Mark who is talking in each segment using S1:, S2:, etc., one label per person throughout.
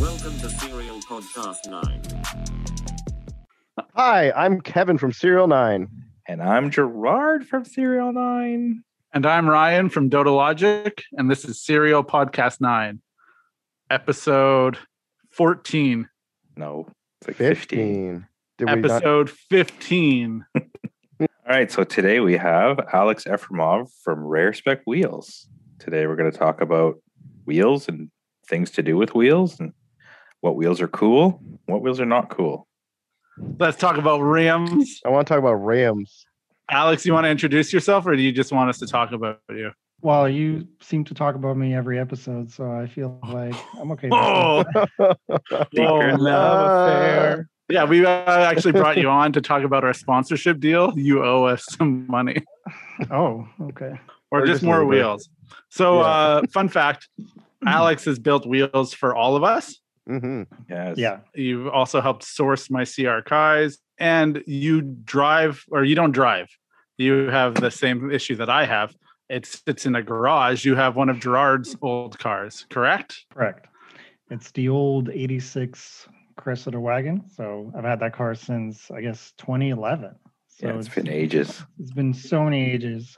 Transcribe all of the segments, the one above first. S1: Welcome to Serial Podcast 9.
S2: Hi, I'm Kevin from Serial 9.
S3: And I'm Gerard from Serial 9.
S4: And I'm Ryan from Dota Logic, and this is Serial Podcast 9, episode 14,
S3: No, it's like 15.
S2: 15. Did we not?
S4: episode 15.
S3: All right, so today we have Alex Efremov from Rare Spec Wheels. Today we're going to talk about wheels and things to do with wheels and what wheels are cool, what wheels are not cool.
S4: Let's talk about Rams.
S2: I want to talk about Rams.
S4: Alex, you want to introduce yourself, or do you just want us to talk about you?
S5: Well, you seem to talk about me every episode, so I feel like I'm okay. with that.
S4: Oh,
S2: no.
S3: Secret love affair.
S4: yeah, we uh, actually brought you on to talk about our sponsorship deal. You owe us some money.
S5: Oh, okay.
S2: Or
S4: or, just,
S2: just a
S4: more
S2: little bit.
S4: wheels. So,
S2: Yeah.
S4: uh, fun fact Alex has built wheels for all of us.
S2: Mhm.
S3: Yes.
S5: Yeah.
S4: You've also helped source my CR Kais, and you drive or you don't drive. You have the same issue that I have. It's it's in a garage. You have one of Gerard's old cars, correct?
S5: Correct. It's the old 86 Cressida wagon. So I've had that car since, I guess, 2011. So
S3: Yeah, it's been ages.
S5: It's been so many ages.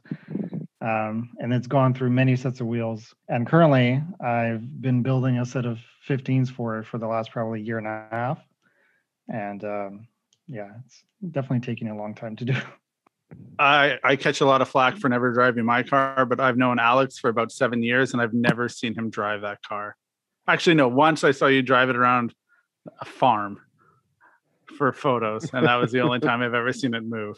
S5: Um, and it's gone through many sets of wheels. And currently, I've been building a set of 15s for it for the last probably year and a half. And um, yeah, it's definitely taking a long time to do.
S4: I, I catch a lot of flack for never driving my car, but I've known Alex for about seven years and I've never seen him drive that car. Actually, no, once I saw you drive it around a farm for photos, and that was the only time I've ever seen it move.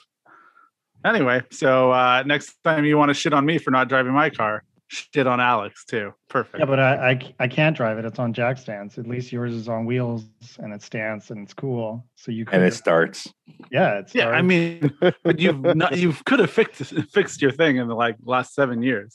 S4: Anyway, so uh, next time you want to shit on me for not driving my car, shit on Alex too. Perfect.
S5: Yeah, but I, I c- I can't drive it. It's on jack stands. At least yours is on wheels and it stands and it's cool. So you could
S3: And it starts.
S5: yeah, it's
S4: yeah, I mean, but you've not, you've could have fixed fixed your thing in the like last seven years.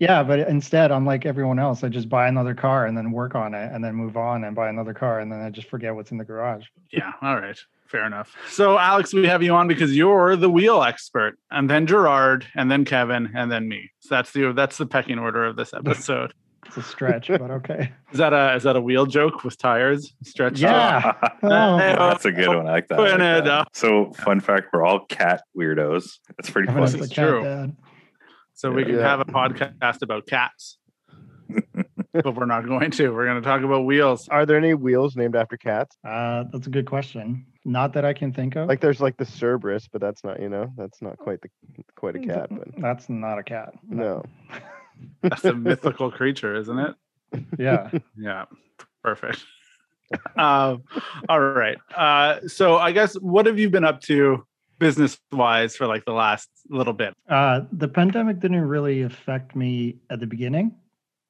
S5: yeah, but instead I'm like everyone else. I just buy another car and then work on it and then move on and buy another car and then I just forget what's in the garage.
S4: Yeah. All right. Fair enough. So, Alex, we have you on because you're the wheel expert, and then Gerard, and then Kevin, and then me. So that's the that's the pecking order of this episode.
S5: It's a stretch, but okay.
S4: Is that a is that a wheel joke with tires stretched? out?
S5: Yeah. Oh,
S3: That's a good one. I like that. I like
S4: Putting it
S3: that.
S4: up.
S3: So, fun fact we're all cat weirdos. That's pretty
S5: I'm
S3: funny.
S5: just a
S4: It's
S5: cat
S4: true.
S5: dad.
S4: So we can
S2: Yeah.
S4: have a podcast about cats, but we're not going to. We're going to talk about wheels.
S2: Are there any wheels named after cats?
S5: Uh, that's a good question. Not that I can think of.
S2: Like there's like the Cerberus, but that's not, you know, that's not quite the quite a cat, but
S5: that's not a cat.
S2: no.
S4: That's a mythical creature, isn't it?
S5: Yeah.
S4: Yeah, perfect. um, all right. Uh, so I guess what have you been up to business wise for like the last little bit?
S5: Uh, the pandemic didn't really affect me at the beginning,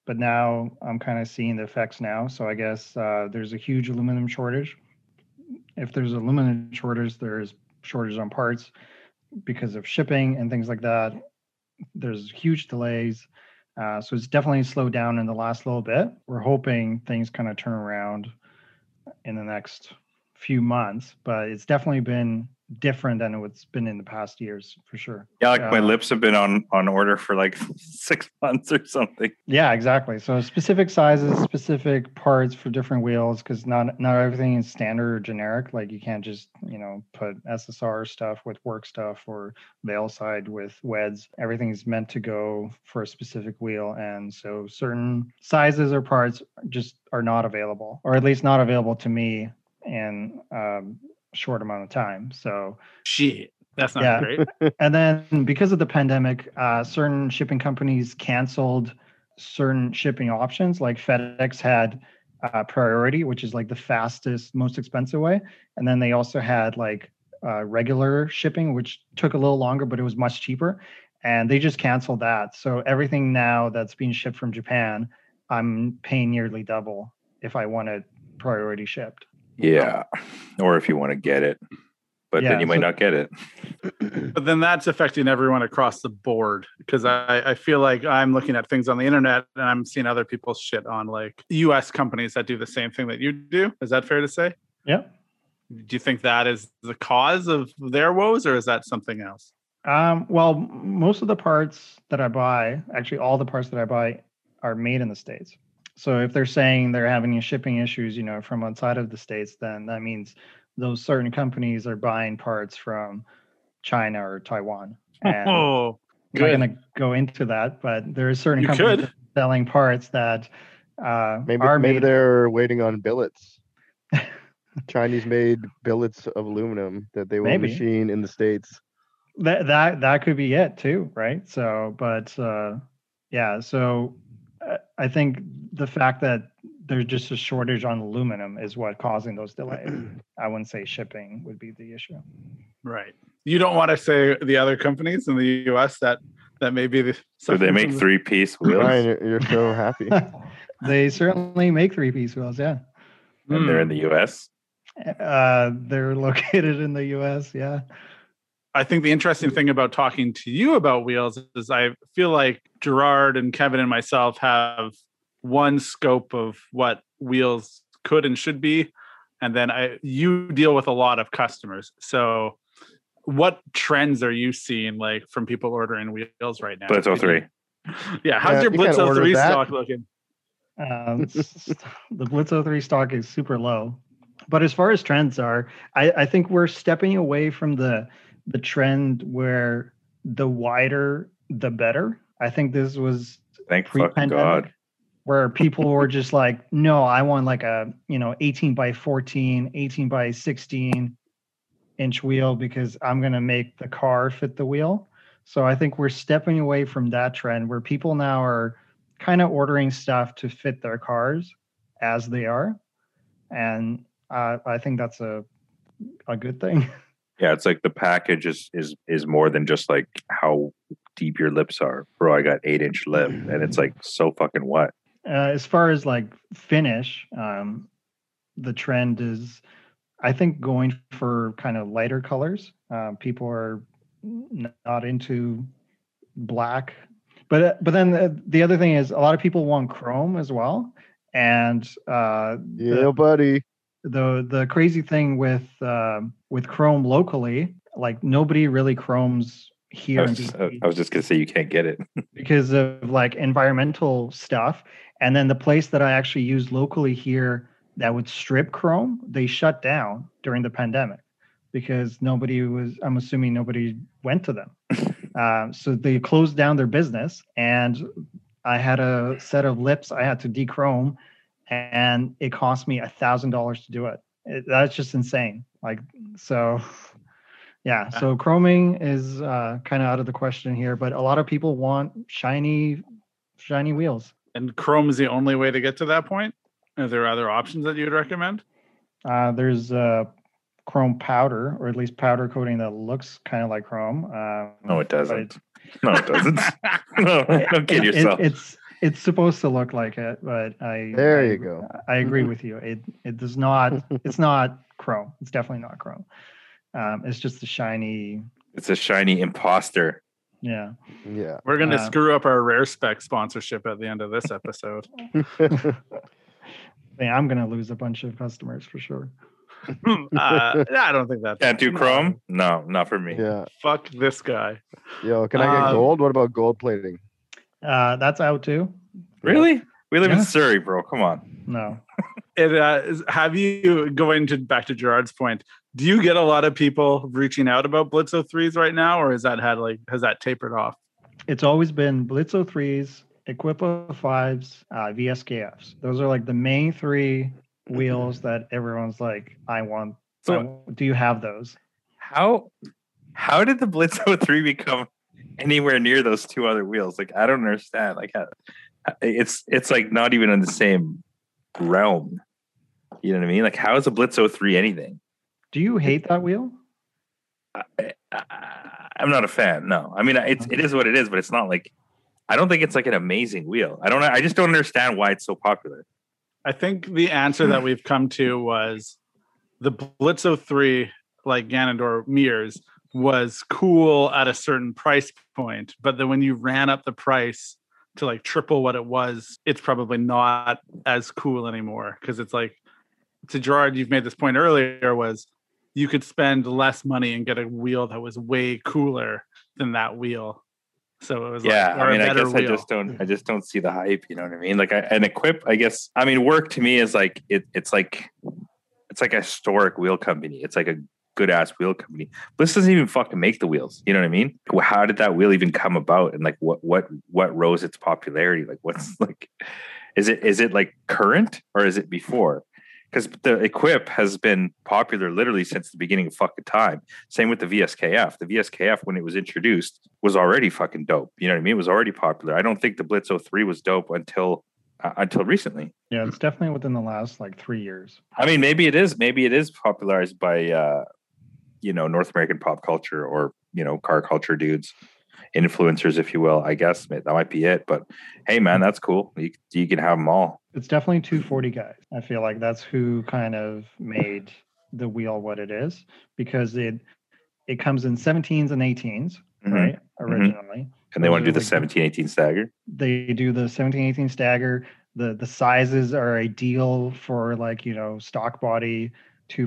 S5: but now I'm kind of seeing the effects now. So I guess uh, there's a huge aluminum shortage. If there's aluminum shortage, there's shortage on parts because of shipping and things like that. There's huge delays. Uh, so it's definitely slowed down in the last little bit. We're hoping things kind of turn around in the next few months, but it's definitely been different than it's been in the past years for sure.
S3: Yeah, like my
S5: Uh,
S3: lips have been on on order for like six months or something.
S5: Yeah, exactly. So specific sizes, specific parts for different wheels, because not not everything is standard or generic. Like you can't just you know put SSR stuff with work stuff or veil side with weds. Everything is meant to go for a specific wheel, and so certain sizes or parts just are not available, or at least not available to me in um, short amount of time. So
S4: Shit. That's not
S5: Yeah.
S4: great.
S5: and then because of the pandemic, uh, certain shipping companies canceled certain shipping options. Like FedEx had uh, priority, which is like the fastest, most expensive way, and then they also had like uh, regular shipping, which took a little longer, but it was much cheaper. And they just canceled that. So everything now that's being shipped from Japan, I'm paying nearly double if I want it priority shipped.
S3: Yeah. Or if you want to get it, but
S5: Yeah,
S3: then you might
S5: so-
S3: not get it.
S4: But then that's affecting everyone across the board because I, I feel like I'm looking at things on the internet and I'm seeing other people shit on like US companies that do the same thing that you do. Is that fair to say?
S5: Yeah.
S4: Do you think that is the cause of their woes or is that something else?
S5: Um, well, m- most of the parts that I buy, actually all the parts that I buy are made in the States. So if they're saying they're having shipping issues, you know, from outside of the states, then that means those certain companies are buying parts from China or Taiwan. And I'm
S4: Oh,
S5: not
S4: good.
S5: going to go into that, but there are certain
S4: You
S5: companies
S4: could.
S5: that are selling parts that uh,
S2: Maybe
S5: are
S2: maybe
S5: made.
S2: they're waiting on billets. Chinese made billets of aluminum that they will
S5: Maybe.
S2: machine in the States.
S5: that that that could be it too right so but uh yeah so uh, i think the fact that there's just a shortage on aluminum is what causing those delays i wouldn't say shipping would be the issue
S4: Right. You don't want to say the other companies in the U.S. that that may be the.
S3: So they make
S4: something-
S3: three piece wheels
S2: Ryan, you're, you're so happy.
S5: they certainly make three piece wheels yeah
S4: Hmm.
S3: and they're in
S5: Hmm.
S3: the US.
S5: uh they're located in the us yeah
S4: I think the interesting thing about talking to you about wheels is I feel like Gerard and Kevin and myself have one scope of what wheels could and should be. And then I you deal with a lot of customers. So what trends are you seeing like from people ordering wheels right now?
S3: But it's all oh three.
S4: Yeah.
S2: Yeah,
S4: How's your
S2: you can't
S4: Blitz
S2: order
S4: 03
S2: that.
S4: stock looking?
S5: Um, s- the Blitz 03 stock is super low. But as far as trends are, I, I think we're stepping away from the the trend where the wider the better. I think this was
S3: Thank fucking
S5: Pre-pandemic.
S3: God.
S5: where people were just like, no, I want like a, you know, 18 by 14, 18 by 16 inch wheel because I'm going to make the car fit the wheel. So I think we're stepping away from that trend where people now are kind of ordering stuff to fit their cars as they are. And uh, I think that's a, a good thing.
S3: Yeah, it's like the package is is is more than just like how deep your lips are. Bro, I got eight inch lip. And it's like so fucking what?
S5: uh, as far as like finish, um, the trend is, I think, going for kind of lighter colors. Um, people are n- not into black, but uh, but then the, the other thing is a lot of people want chrome as well. And uh, the-
S2: yeah, buddy.
S5: the the crazy thing with um, with chrome locally, like nobody really chromes
S3: I
S5: here. in
S3: was, just, I
S5: BC
S3: I was just gonna say you can't get it.
S5: because of like environmental stuff. And then the place that I actually use locally here that would strip Chrome, they shut down during the pandemic because nobody was, I'm assuming nobody went to them. Um, so they closed down their business. And I had a set of lips I had to dechrome, and it cost me a thousand dollars to do it. it. That's just insane. Like, so yeah,
S3: Uh.
S4: Yeah.
S5: so chroming is uh, kind of out of the question here, but a lot of people want shiny, shiny wheels.
S4: And Chrome is the only way to get to that point. Are there other options that you would recommend?
S5: Uh, there's uh, chrome powder, or at least powder coating that looks kind of like chrome. Um,
S3: No, it
S5: but
S3: doesn't. No, it doesn't. no, don't kid
S5: it- it-
S3: yourself.
S5: it's it's supposed to look like it, but I
S2: There
S5: I-
S2: you go. Mm-hmm.
S5: I agree with you. It it does not. It's not chrome. It's definitely not chrome. Um, it's just a shiny.
S3: it's a shiny imposter.
S5: Yeah.
S2: Yeah.
S4: We're going to
S5: Uh,
S4: screw up our rare spec sponsorship at the end of this episode.
S5: I mean, I'm gonna lose a bunch of customers for sure.
S4: uh, I don't think that.
S3: Can't do Chrome? No, not for me.
S2: yeah.
S4: Fuck this guy.
S2: Yo, can I get
S4: Um,
S2: gold? What about gold plating?
S5: Uh, that's out too.
S3: Really? We live
S5: Yeah.
S3: in Surrey, bro. Come on.
S5: No.
S4: It, uh, is- have you going to back to Gerard's point? Do you get a lot of people reaching out about Blitz 03s right now, or is that had like has that tapered off?
S5: it's always been Blitzo threes, Equipa fives, uh, VSKFs. Those are like the main three wheels that everyone's like, I want. I
S3: So
S5: want- do you have those?
S3: how how did the Blitz 03 become anywhere near those two other wheels? Like I don't understand. Like how- it's it's like not even in the same realm. You know what I mean? Like how is a Blitz 03 anything?
S5: Do you hate that wheel?
S3: I, I'm not a fan. No. I mean, it's it is what it is, but it's not like I don't think it's like an amazing wheel. I don't I just don't understand why it's so popular.
S4: I think the answer that we've come to was the Blitz 03, like Ganondorf mirrors, was cool at a certain price point. But then when you ran up the price to like triple what it was, it's probably not as cool anymore. Cause it's like, to Gerard, you've made this point earlier was you could spend less money and get a wheel that was way cooler than that wheel. So it was
S3: yeah,
S4: like, or
S3: I mean,
S4: a
S3: I
S4: better
S3: guess I
S4: wheel. Hmm.
S3: just don't, I just don't see the hype. You know what I mean? Like, I, an equip, I guess. I mean, work to me is like it, it's like, it's like a historic wheel company. It's like a good ass wheel company. Bliss doesn't even fucking make the wheels. You know what I mean? Well, How did that wheel even come about? And like, what, what, what rose its popularity? Like, what's like, is it, is it like current or is it before? Because the equip has been popular literally since the beginning of fucking time. Same with the VSKF. The VSKF, when it was introduced, was already fucking dope. You know what I mean? It was already popular. I don't think the Blitz 03 was dope until uh, until recently.
S5: Yeah, it's definitely within the last like three years.
S3: I mean, maybe it is. Maybe it is popularized by uh, you know North American pop culture or you know car culture dudes, influencers, if you will. I guess that might be it. But hey, man, that's cool. You, you can have them all.
S5: It's definitely 240 guys. I feel like that's who kind of made the wheel what it is because it it comes in 17s and 18s,
S3: Mhm.
S5: right? Originally,
S3: And they want to do the
S5: Like-
S3: 17, 18 stagger.
S5: they do the 17 18 stagger the the sizes are ideal for like you know stock body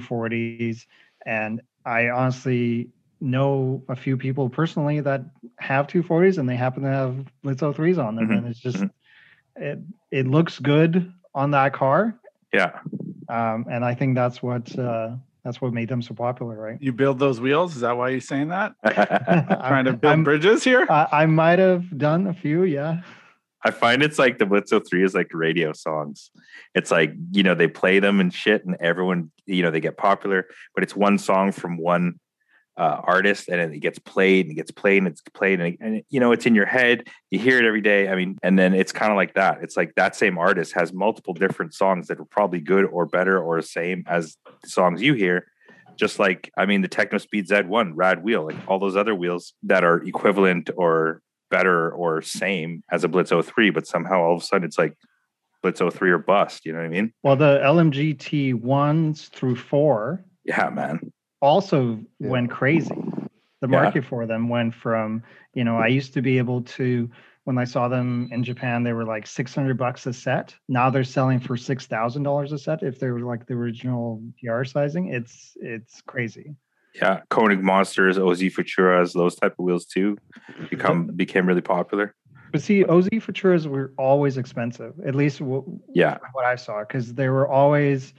S5: 240s and i honestly know a few people personally that have 240s and they happen to have blitz 03s on them
S4: Mm-hmm.
S3: Mhm,
S5: and it's just
S3: mhm.
S5: it it looks good on that car
S3: Yeah.
S5: um and i think that's what uh that's what made them so popular right
S4: you build those wheels. Is that why you're saying that? Trying to
S5: I'm-
S4: build
S5: I'm-
S4: bridges here.
S5: I, I might have done a few yeah
S3: I find it's like the Blitzo 3 is like radio songs. It's like, you know, they play them and shit, and everyone, you know, they get popular, but it's one song from one uh, artist and it gets played and it gets played and it's played and, and you know it's in your head you hear it every day i mean and then it's kind of like that it's like that same artist has multiple different songs that are probably good or better or same as the songs you hear just like i mean the techno speed z1 rad wheel like all those other wheels that are equivalent or better or same as a blitz 03 but somehow all of a sudden it's like blitz 03 or bust you know what i mean
S5: well the lmgt ones through four
S3: yeah man
S5: also
S2: Yeah.
S5: went crazy. The
S3: Yeah.
S5: market for them went from, you know, I used to be able to when I saw them in Japan, they were like six hundred bucks a set. Now they're selling for six thousand dollars a set if they were like the original PR sizing. It's it's crazy.
S3: yeah koenig monsters oz futuras those type of wheels too become became really popular
S5: But see, OZ Futuras were always expensive, at least w-
S3: yeah
S5: what I saw, because they were always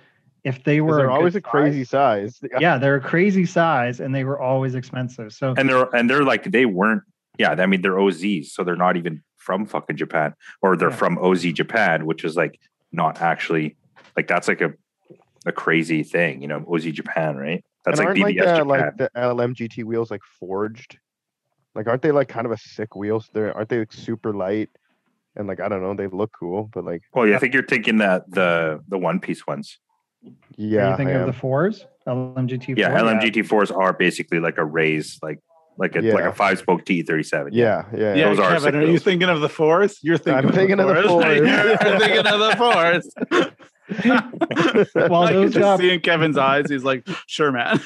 S5: if they
S2: 'Cause
S5: were
S2: they're always
S5: good
S2: a crazy
S5: size-
S2: size.
S5: yeah, they're a crazy size and they were always expensive. So
S3: and they're and they're like they weren't yeah i mean they're oz's so they're not even from fucking japan or they're
S5: Yeah.
S3: from oz japan which is like not actually like that's like a a crazy thing you know oz japan right that's
S2: and
S3: like
S2: aren't
S3: bbs
S2: like the,
S3: japan
S2: like the LMGT wheels like forged? Like aren't they like kind of a sick wheels? They're aren't they like super light? And like I don't know, they look cool, but like
S3: well yeah, i think you're thinking that the the one piece ones
S5: yeah,
S2: yeah,
S5: you think
S2: I
S5: of
S2: am.
S5: the fours, LMGT.
S3: yeah
S5: four?
S3: lmgt4s are basically like a raised like like a E like
S2: Yeah.
S3: a five spoke t37
S2: yeah, yeah.
S4: yeah,
S3: those are
S4: Kevin,
S3: sick
S4: are you
S3: wheels.
S4: thinking of the fours? You're thinking.
S2: I'm thinking of the
S4: You're
S2: fours.
S4: thinking of the fours.
S5: Well,
S4: I can
S5: those
S4: just
S5: job-
S4: see in Kevin's eyes. He's like, "Sure, man."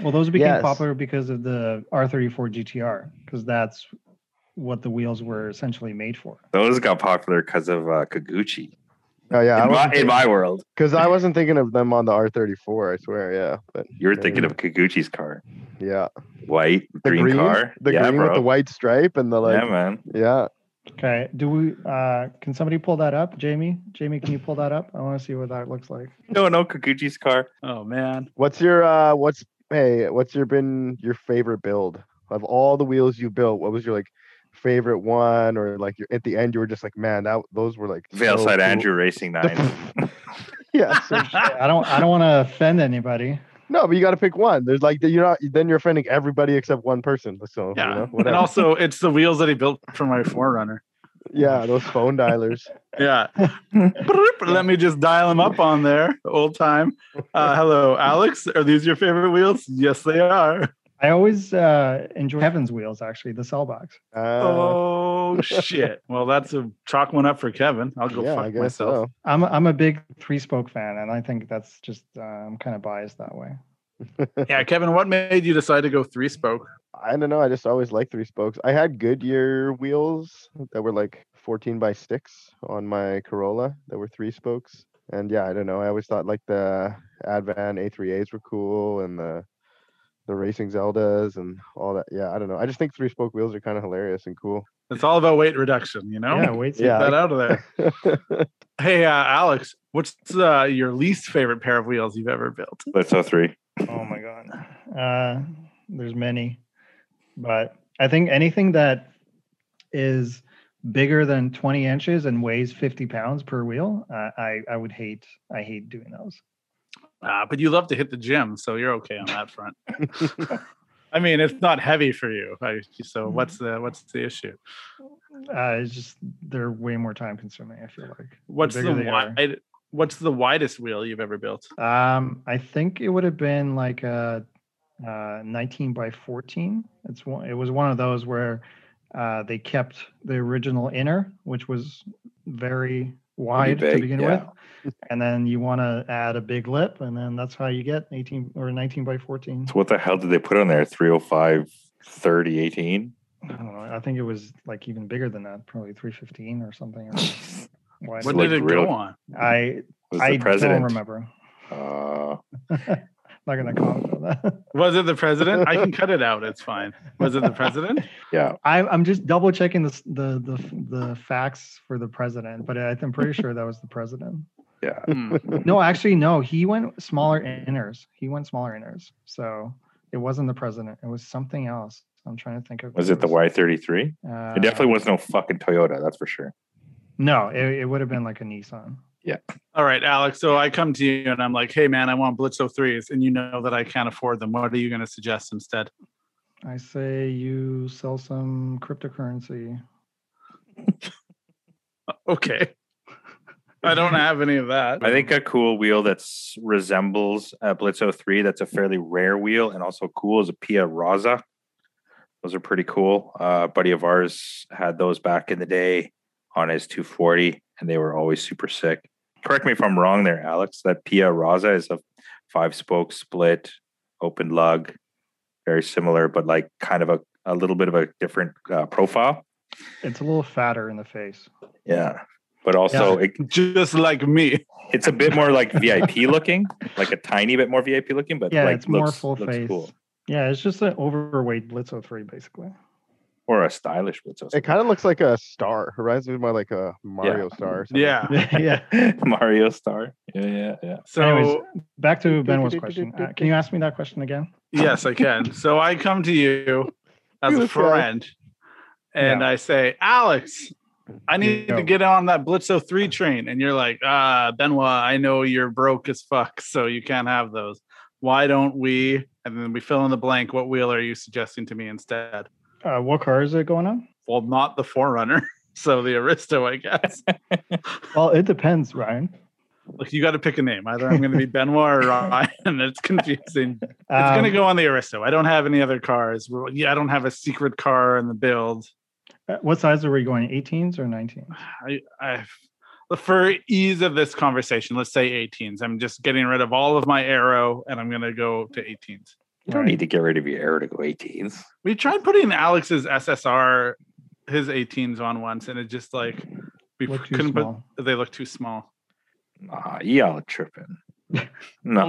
S5: Well, those became
S2: Yes.
S5: popular because of the R34 GTR, because that's what the wheels were essentially made for.
S3: those got popular because of uh kaguchi
S2: Oh yeah, I
S3: in, my,
S2: wasn't
S3: in my world
S2: because I wasn't thinking of them on the R34. I swear, yeah, but
S3: you're
S2: Yeah.
S3: thinking of kaguchi's car
S2: yeah,
S3: white
S2: the
S3: green,
S2: green,
S3: car
S2: the
S3: yeah
S2: green
S3: bro
S2: with the white stripe and the
S3: yeah
S2: like,
S3: man
S2: yeah.
S5: Okay. Do we, uh, can somebody pull that up? Jamie, Jamie, can you pull that up? I want to see what that looks like.
S3: No, no, Kikuchi's car.
S4: Oh man,
S2: What's your uh? What's hey? What's your been your favorite build of all the wheels you built? What was your like favorite one or like your at the end you were just like man that those were like
S3: Veilside
S2: so cool."
S3: Andrew Racing Nine.
S2: yeah so-
S5: I don't, I don't want to offend anybody.
S2: no but you got to pick one there's like you're not then you're offending everybody except one person so yeah you
S4: yeah.
S2: know,
S4: and
S2: Oh, whatever
S4: also, it's the wheels that he built for my Forerunner.
S2: yeah those phone dialers
S4: Yeah. Bloop, Let me just dial him up on there, old time. Uh, hello, Alex. Are these your favorite wheels? Yes, they are.
S5: I always uh, enjoy Kevin's wheels, actually, the cell box.
S2: uh,
S4: oh shit. Well, that's a chalk one up for Kevin. I'll go
S2: yeah I
S4: fuck
S2: guess
S4: myself.
S2: so.
S5: I'm, a- I'm a big three spoke fan, and I think that's just, uh, I'm kind of biased that way.
S4: Yeah, Kevin, what made you decide to go three spoke?
S2: I don't know I just always like three spokes I had Goodyear wheels that were like 14 by 6 on my Corolla that were three spokes and yeah I don't know I always thought like the Advan A3As were cool and the the racing Zeldas and all that. Yeah, I don't know. I just think three spoke wheels are kind of hilarious and cool.
S4: It's all about weight reduction, you know?
S5: Yeah, wait.
S4: Get
S2: Yeah.
S4: that out of there. Hey, uh, Alex, what's uh, your least favorite pair of wheels you've ever built?
S3: Let's go three.
S5: Oh my god. Uh, there's many, but I think anything that is bigger than 20 inches and weighs 50 pounds per wheel, uh, I I would hate. I hate doing those.
S4: Uh, but you love to hit the gym, so you're okay on that front. I mean, it's not heavy for you, I- so
S5: Mm-hmm.
S4: what's the what's the issue?
S5: Uh, it's just they're way more time consuming. I feel like.
S4: What's the
S5: bigger they are.
S4: wide? What's the widest wheel you've ever built?
S5: Um, I think it would have been like a, uh 19 by 14. It's one. It was one of those where uh, they kept the original inner, which was very wide to
S3: big,
S5: begin
S3: yeah.
S5: with, and then you want to add a big lip, and then that's how you get 18 or 19 by 14.
S3: So what the hell did they put on there? 305, 30, 18?
S5: I don't know. I think it was like even bigger than that, probably 315 or something. Or wide.
S4: What
S3: like
S4: did it
S3: real-
S4: go on?
S5: I
S3: Was
S5: I
S3: the president?
S5: don't remember.
S3: Uh,
S5: Not gonna comment on that.
S4: Was it the president? I can cut it out. It's fine. Was it the president?
S3: yeah.
S5: I, I'm just double checking the, s- the the the facts for the president, but I- I'm pretty sure that was the president.
S3: Yeah.
S4: Hmm.
S5: No, actually, no. He went smaller inners. He went smaller inners. So it wasn't the president. It was something else. I'm trying to think of. what
S3: Was it the Y33?
S5: Uh,
S3: It definitely was no fucking Toyota, that's for sure.
S5: No, it, it would have been like a Nissan.
S4: All right, Alex. So I come to you and I'm like, "Hey, man, I want Blitzo threes, and you know that I can't afford them. What are you going to suggest instead?
S5: I say you sell some cryptocurrency.
S4: Okay. I don't have any of that.
S3: I think a cool wheel that resembles a Blitzo 3 that's a fairly rare wheel and also cool is a Pia Raza. Those are pretty cool. Uh, a buddy of ours had those back in the day on his 240 and they were always super sick. Correct me if I'm wrong there, Alex. That Pia Raza is a five spoke split, open lug, very similar, but like kind of a, a little bit of a different uh, profile.
S5: It's a little fatter in the face.
S3: Yeah. But also, it,
S4: just like me.
S3: It's a bit more like VIP looking, like a tiny bit more VIP looking, but
S5: Yeah,
S3: like
S5: it's more
S3: looks-
S5: full
S3: looks
S5: face.
S3: cool.
S5: Yeah, it's just an overweight Blitzo three, basically.
S3: or a stylish Blitzo.
S2: It kind of looks like a star. It reminds me of my like a Mario star. Or something.
S4: Yeah.
S5: yeah.
S3: Mario Star. Yeah, yeah, yeah.
S4: So
S5: Anyways, back to Benoit's question. Uh, can you ask me that question again?
S4: Yes, I can. So I come to you as a
S2: Beautiful.
S4: friend and
S5: Yeah.
S4: I say, Alex, I need
S5: Yeah.
S4: to get on that Blitzo 3 train. And you're like, ah, Benoit, I know you're broke as fuck, so you can't have those. Why don't we? And then we fill in the blank. What wheel are you suggesting to me instead?
S5: Uh, what car is it going on?
S4: Well, not the Forerunner. So the Aristo, I guess.
S5: Well, it depends, Ryan.
S4: Look, you got to pick a name. Either I'm going to be Benoit or Ryan. It's confusing. It's
S5: Um,
S4: gonna go on the Aristo. I don't have any other cars. Well, Yeah, I don't have a secret car in the build.
S5: uh, What size are we going? 18s or 19s?
S4: I, I, for ease of this conversation, let's say 18s. I'm just getting rid of all of my arrow, and I'm gonna go to 18s.
S3: You don't
S5: Right.
S3: need to get rid of your air to go 18s.
S4: We tried putting Alex's SSR, his 18s on once, and it just like we
S5: Look too
S4: couldn't
S5: small.
S4: put. They look too small.
S3: Nah, y'all tripping. Nah.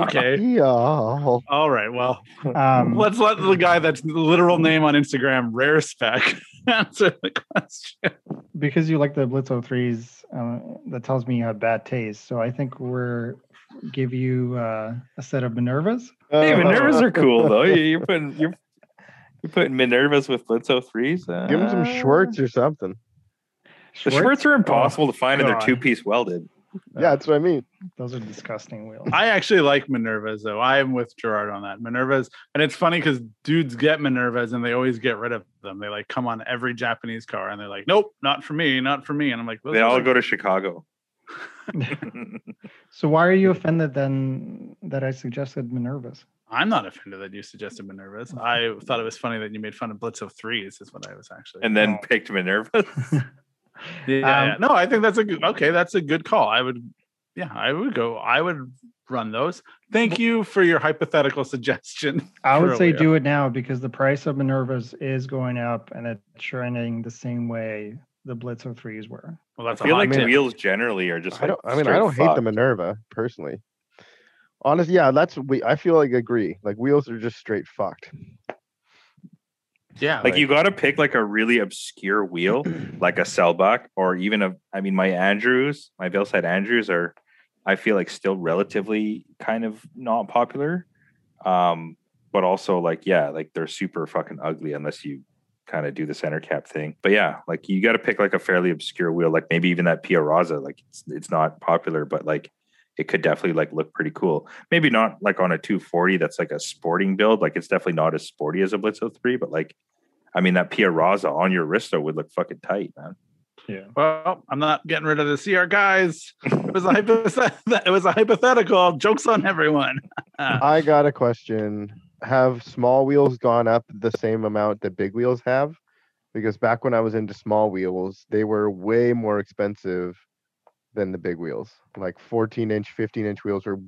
S4: Okay.
S2: Yeah.
S4: All right. Well,
S3: Mm-hmm.
S5: Um,
S4: let's let the guy that's the literal name on Instagram, Rare Spec, answer the question.
S5: Because you like the Blitzo threes, um, that tells me you have bad taste. So I think we're give you uh, a set of Minervas.
S3: Hey,
S2: Uh,
S3: Minervas are cool though. You- You're putting you're you're putting Minervas with Blitzo threes.
S2: Give him some
S3: Uh,
S2: Schwartz or something.
S3: The Schwartz
S5: Oh,
S3: are impossible to find, and they're
S5: God.
S3: two piece welded.
S2: Yeah,
S3: Uh,
S2: that's what I mean.
S5: Those are disgusting wheels.
S4: I actually like Minervas though. I am with Gerard on that. Minervas, and it's funny because dudes get Minervas and they always get rid of them. They like come on every Japanese car and they're like, nope, not for me, not for me. And I'm like,
S3: They all go to Chicago.
S5: so why are you offended then that I suggested Minervas?
S4: I'm not offended that you suggested Minervas. I thought it was funny that you made fun of Blitz of threes. Is what I was actually.
S3: and then picked Minerva.
S4: yeah, yeah, yeah.
S5: um,
S4: no, I think that's a good. Okay, that's a good call. I would, yeah, I would go. I would run those. Thank you for your hypothetical suggestion.
S5: I would say
S4: Truly.
S5: do it now because the price of Minervas is going up and it's trending the same way the Blitzo threes were.
S4: Well, that's
S3: I feel
S4: a hot
S3: like
S4: tip.
S3: wheels generally are just
S2: I
S3: like
S2: don't. I mean, I
S3: straight
S2: don't hate the
S3: fucked.
S2: Minerva personally. Honestly, yeah, that's we. I feel like agree. Like wheels are just straight fucked.
S4: Yeah.
S3: Like you got to pick like a really obscure wheel, like a Selbach or even a. I mean, my Andrews, my Valeside Andrews are, I feel like still relatively kind of not popular, um, but also like yeah, like they're super fucking ugly unless you kind of do the center cap thing. But yeah, like you got to pick like a fairly obscure wheel, like maybe even that Pia Raza. Like it's it's not popular, but like it could definitely like look pretty cool. Maybe not like on a 240 that's like a sporting build. Like it's definitely not as sporty as a Blitzo 3, but like I mean that Pia Raza on your wrist though would look fucking tight, man.
S5: Yeah.
S4: well, I'm not getting rid of the CR guys. It was a hypothet- it was a hypothetical. Jokes on everyone.
S2: I got a question. Have small wheels gone up the same amount that big wheels have? Because back when I was into small wheels, they were way more expensive than the big wheels. Like 14 inch, 15 inch wheels were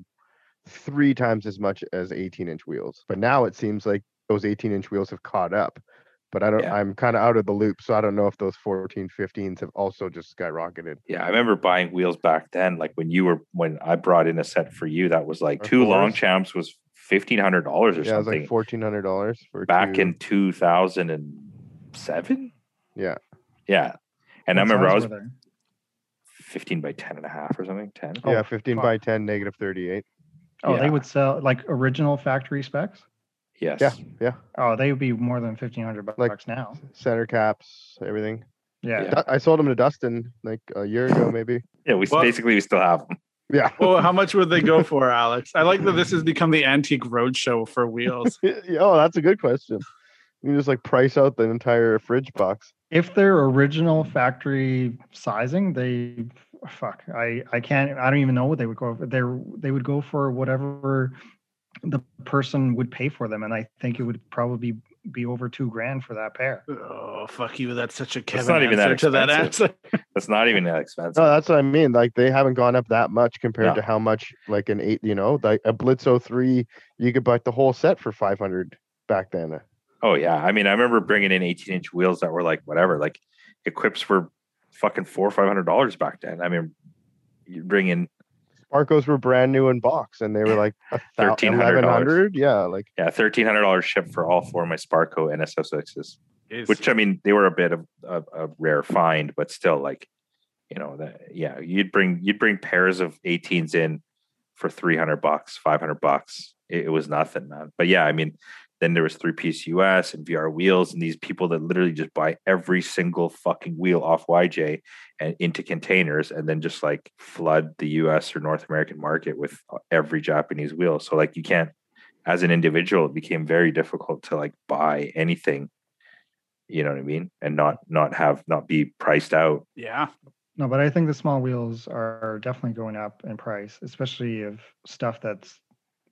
S2: three times as much as 18 inch wheels. But now it seems like those 18 inch wheels have caught up. But I don't,
S3: Yeah.
S2: I'm kind of out of the loop. So I don't know if those 14, 15s have also just skyrocketed.
S3: Yeah, I remember buying wheels back then. Like when you were when I brought in a set for you, that was like
S2: Or
S3: two
S2: fours.
S3: long champs was fifteen hundred dollars or
S2: Yeah, it was
S3: something
S2: like $1,400 for
S3: back
S2: two.
S3: in two thousand and seven.
S2: Yeah.
S3: Yeah. And I
S5: What
S3: remember I was
S5: size were they?
S3: 15 by 10 and a half or something, 10.
S2: yeah, 15
S5: fuck.
S2: by 10, negative 38.
S5: Oh,
S3: Yeah.
S5: they would sell like original factory specs.
S3: Yes.
S2: Yeah, yeah.
S5: Oh, they would be more than fifteen hundred bucks
S2: Like-
S5: now.
S2: Center caps, everything.
S5: Yeah.
S3: Yeah.
S2: Du- I sold them to Dustin like a year ago, maybe.
S3: Yeah, we
S4: Well-
S3: basically we still have them.
S2: Yeah.
S4: Well, how much would they go for, Alex? I like that this has become the antique roadshow for wheels.
S2: Yeah, oh, that's a good question. You just like price out the entire fridge box.
S5: If they're original factory sizing, they fuck. I I can't. I don't even know what they would go for. They they would go for whatever the person would pay for them, and I think it would probably be over two grand for that pair.
S4: Oh, fuck you. That's such a Kevin
S3: not even that
S4: answer to that
S3: expensive.
S4: answer.
S3: That's not even that expensive.
S2: No, that's what I mean. Like they haven't gone up that much compared
S3: No.
S2: to how much like an eight, you know, like a Blitz 03, you could buy the whole set for 500 back then.
S3: oh yeah, I mean, I remember bringing in 18 inch wheels that were like whatever, like equips were fucking four or five hundred dollars back then. I mean, you bring in
S2: Sparkos were brand new in box and they were like a thou-
S3: $1,300.
S2: 1100. Yeah. Like,
S3: yeah thirteen hundred dollars shipped for all four of my Sparco NSO6s,
S4: Jeez.
S3: which um, I mean, they were a bit of a, a rare find, but still, like you know, that yeah, you'd bring you'd bring pairs of 18s in for 300 bucks, 500 bucks. It, it was nothing, man. But yeah, I mean, then there was three piece US and VR wheels and these people that literally just buy every single fucking wheel off YJ and into containers and then just like flood the US or North American market with uh, every Japanese wheel. So like you can't as an individual it became very difficult to like buy anything you know what I mean and not not have not be priced out.
S4: yeah.
S5: No, but I think the small wheels are definitely going up in price, especially of stuff that's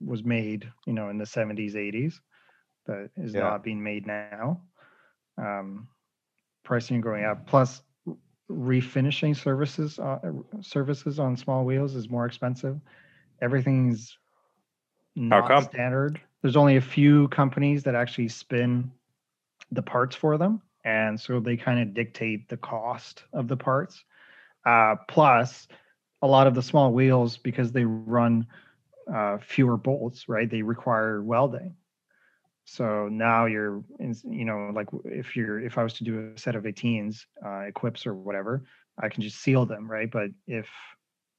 S5: was made, you know, in the seventies, eighties, that is
S2: Yeah.
S5: not being made now. Um, pricing going up, plus r- refinishing services uh, uh, services on small wheels is more expensive. Everything's not
S3: come?
S5: standard. There's only a few companies that actually spin the parts for them, and so they kind of dictate the cost of the parts. Uh, plus, a lot of the small wheels, because they run uh, fewer bolts, right? They require welding. So now you're, in, you know, like w- if you're, if I was to do a set of 18s, uh, equips or whatever, I can just seal them, right? But if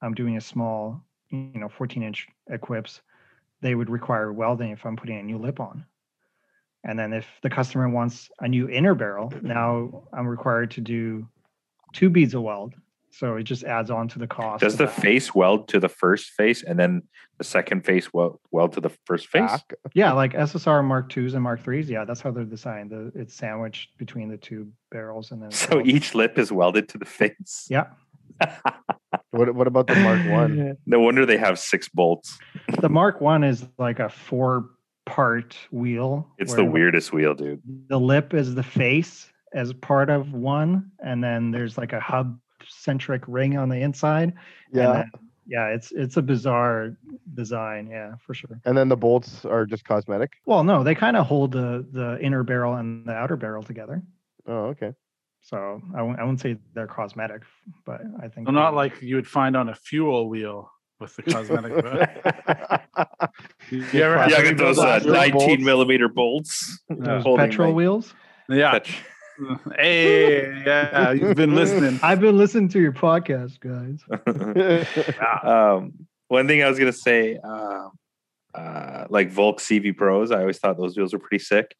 S5: I'm doing a small, you know, 14 inch equips, they would require welding if I'm putting a new lip on. And then if the customer wants a new inner barrel, now I'm required to do two beads of weld. So it just adds on to the cost.
S3: Does
S5: of
S3: the
S5: that.
S3: face weld to the first face and then the second face weld, weld to the first face?
S2: back.
S5: Yeah, like SSR Mark twos and Mark threes. Yeah, that's how they're designed. The, it's sandwiched between the two barrels, and then it's
S3: So
S5: all-
S3: each lip is welded to the face.
S5: Yeah,
S2: What, what about the Mark One?
S3: No wonder they have six bolts.
S5: the Mark one is like a four part wheel.
S3: It's the
S5: where
S3: weirdest wheel, dude.
S5: The lip is the face as part of one, and then there's like a hub centric ring on the inside. and
S2: Yeah.
S5: then- yeah, it's it's a bizarre design. Yeah, for sure.
S2: And then the bolts are just cosmetic.
S5: Well, no, they kind of hold the the inner barrel and the outer barrel together.
S2: Oh, okay.
S5: So I w- I won't say they're cosmetic, but I think
S4: Well, not
S5: they-
S4: like you would find on a fuel wheel. with the cosmetic book. You ever
S3: Yeah,
S4: had
S3: I
S4: somebody
S3: got those
S4: build
S3: uh,
S4: that?
S2: Those
S3: 19
S2: bolts.
S3: millimeter bolts.
S4: No.
S5: Those
S3: Holding
S5: petrol
S3: my-
S5: wheels.
S4: Yeah.
S3: Touch.
S4: Hey, yeah, you've been listening.
S5: I've been listening to your podcast, guys.
S3: um, one thing I was gonna say, um, uh, like Volk CV Pros, I always thought those wheels were pretty sick.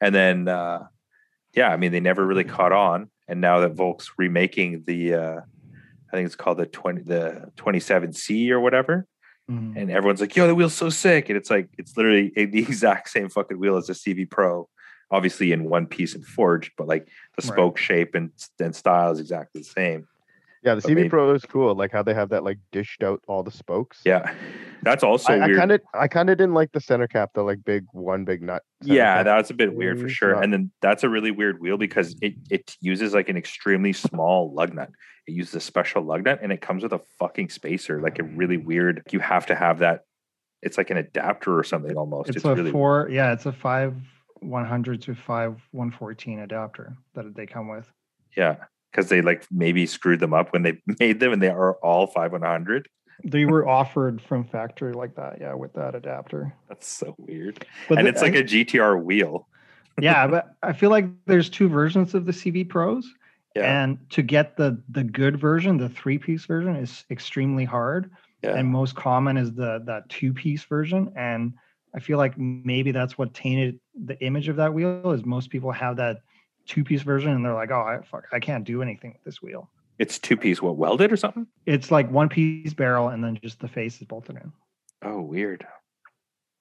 S3: And then, uh, yeah, I mean, they never really caught on. And now that Volk's remaking the, uh, I think it's called the twenty the twenty seven C or whatever,
S5: Mm.
S3: and everyone's like, "Yo, the wheel's so sick!" And it's like it's literally the exact same fucking wheel as the CV Pro, obviously in one piece and forged, but like the
S5: Right.
S3: spoke shape and and style is exactly the same.
S2: yeah, the
S3: But maybe-
S2: CV Pro is cool. Like how they have that like dished out all the spokes.
S3: Yeah, that's also
S2: I, I
S3: weird.
S2: kind of, I kind of didn't like the center cap, the like big one, big nut. center
S3: yeah
S2: cap.
S3: that's a bit weird for
S2: It's
S3: sure
S2: not-
S3: and then that's a really weird wheel because it it uses like an extremely small lug nut it uses a special lug nut and it comes with a fucking spacer like a really weird you have to have that it's like an adapter or something almost
S5: It's,
S3: it's,
S5: a
S3: really
S5: four. Yeah, it's a five one hundred to five one fourteen adapter that they come with.
S3: yeah because they like maybe screwed them up when they made them and they are all 5100
S5: They were offered from factory like that. Yeah, with that adapter.
S3: that's so weird
S5: But
S3: and
S5: the-
S3: it's like a gtr wheel
S5: yeah, but I feel like there's two versions of the CV Pros,
S3: yeah
S5: and to get the the good version, the three piece version, is extremely hard.
S3: yeah
S5: And most common is the that two piece version, and I feel like maybe that's what tainted the image of that wheel. Is most people have that two piece version, and they're like, oh, I, fuck, I can't do anything with this wheel.
S3: it's two piece what welded or something
S5: It's like one piece barrel, and then just the face is bolted in.
S3: Oh, weird.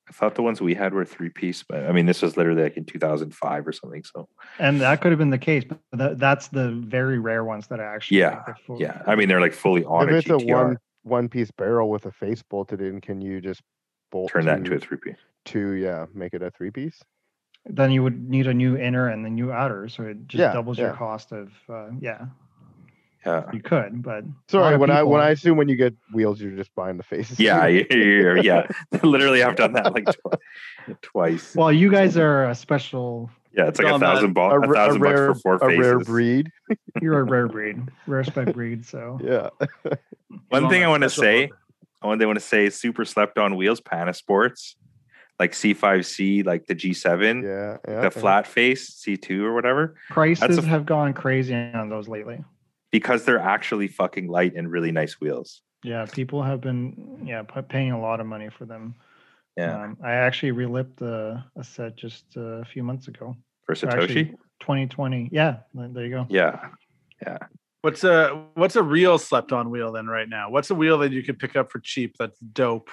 S3: I thought the ones we had were three piece, but I mean, this was literally like in 2005 or something. So,
S5: And that could have been the case, but that, that's the very rare ones that I actually.
S3: Yeah,
S5: the full-
S3: yeah, I mean, they're like fully on
S2: if
S3: a
S2: it's a
S3: GTR.
S2: one one piece barrel with a face bolted in, can you just bolt
S3: Turn that into
S2: two-
S3: a three piece.
S2: two? Yeah, make it a three piece.
S5: then you would need a new inner and the new outer, so it just
S2: Yeah,
S5: doubles your
S2: yeah.
S5: cost of. Uh, yeah,
S3: Yeah,
S5: you could, but a lot
S2: Sorry,
S5: of
S2: when I when
S5: people-
S2: I assume when you get wheels, you're just buying the faces.
S3: yeah, yeah, yeah. Literally, I've done that like twi- twice.
S5: Well, you guys are a special.
S3: Yeah, it's like a
S4: Done that.
S3: thousand
S2: a,
S3: ball, a
S2: r- a
S3: thousand bucks
S2: rare
S3: for four
S2: a
S3: faces.
S2: rare breed.
S5: You're a rare breed, rare spec breed. So
S2: Yeah,
S3: One
S4: Well,
S3: thing I
S4: that's
S3: want to
S4: special
S3: say,
S4: book.
S3: one thing I want to say, is super slept on wheels, Panasports, like C5C, like the G7,
S2: yeah, yeah.
S3: the flat face C2 or whatever.
S5: prices
S3: f-
S5: have gone crazy on those lately.
S3: because they're actually fucking light and really nice wheels.
S5: Yeah, people have been yeah p- paying a lot of money for them.
S3: Yeah,
S5: Um, I actually relipped a, a set just uh, a few months ago.
S3: for
S5: Or
S3: Satoshi.
S5: actually, 2020. Yeah, th- there you go.
S3: Yeah,
S4: What's a what's a real slept on wheel then right now? What's a wheel that you can pick up for cheap that's dope?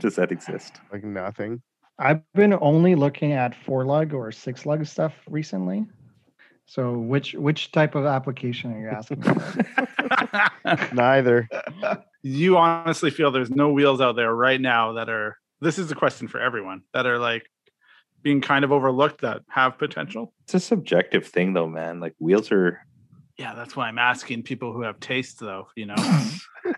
S3: does that exist?
S2: like nothing.
S5: I've been only looking at four lug or six lug stuff recently. So which which type of application are you asking? me about?
S2: Neither.
S4: you honestly feel there's no wheels out there right now that are this is a question for everyone that are like being kind of overlooked that have potential?
S3: It's a subjective thing, though, man. Like wheels are
S4: Yeah, that's why I'm asking people who have taste though, you know.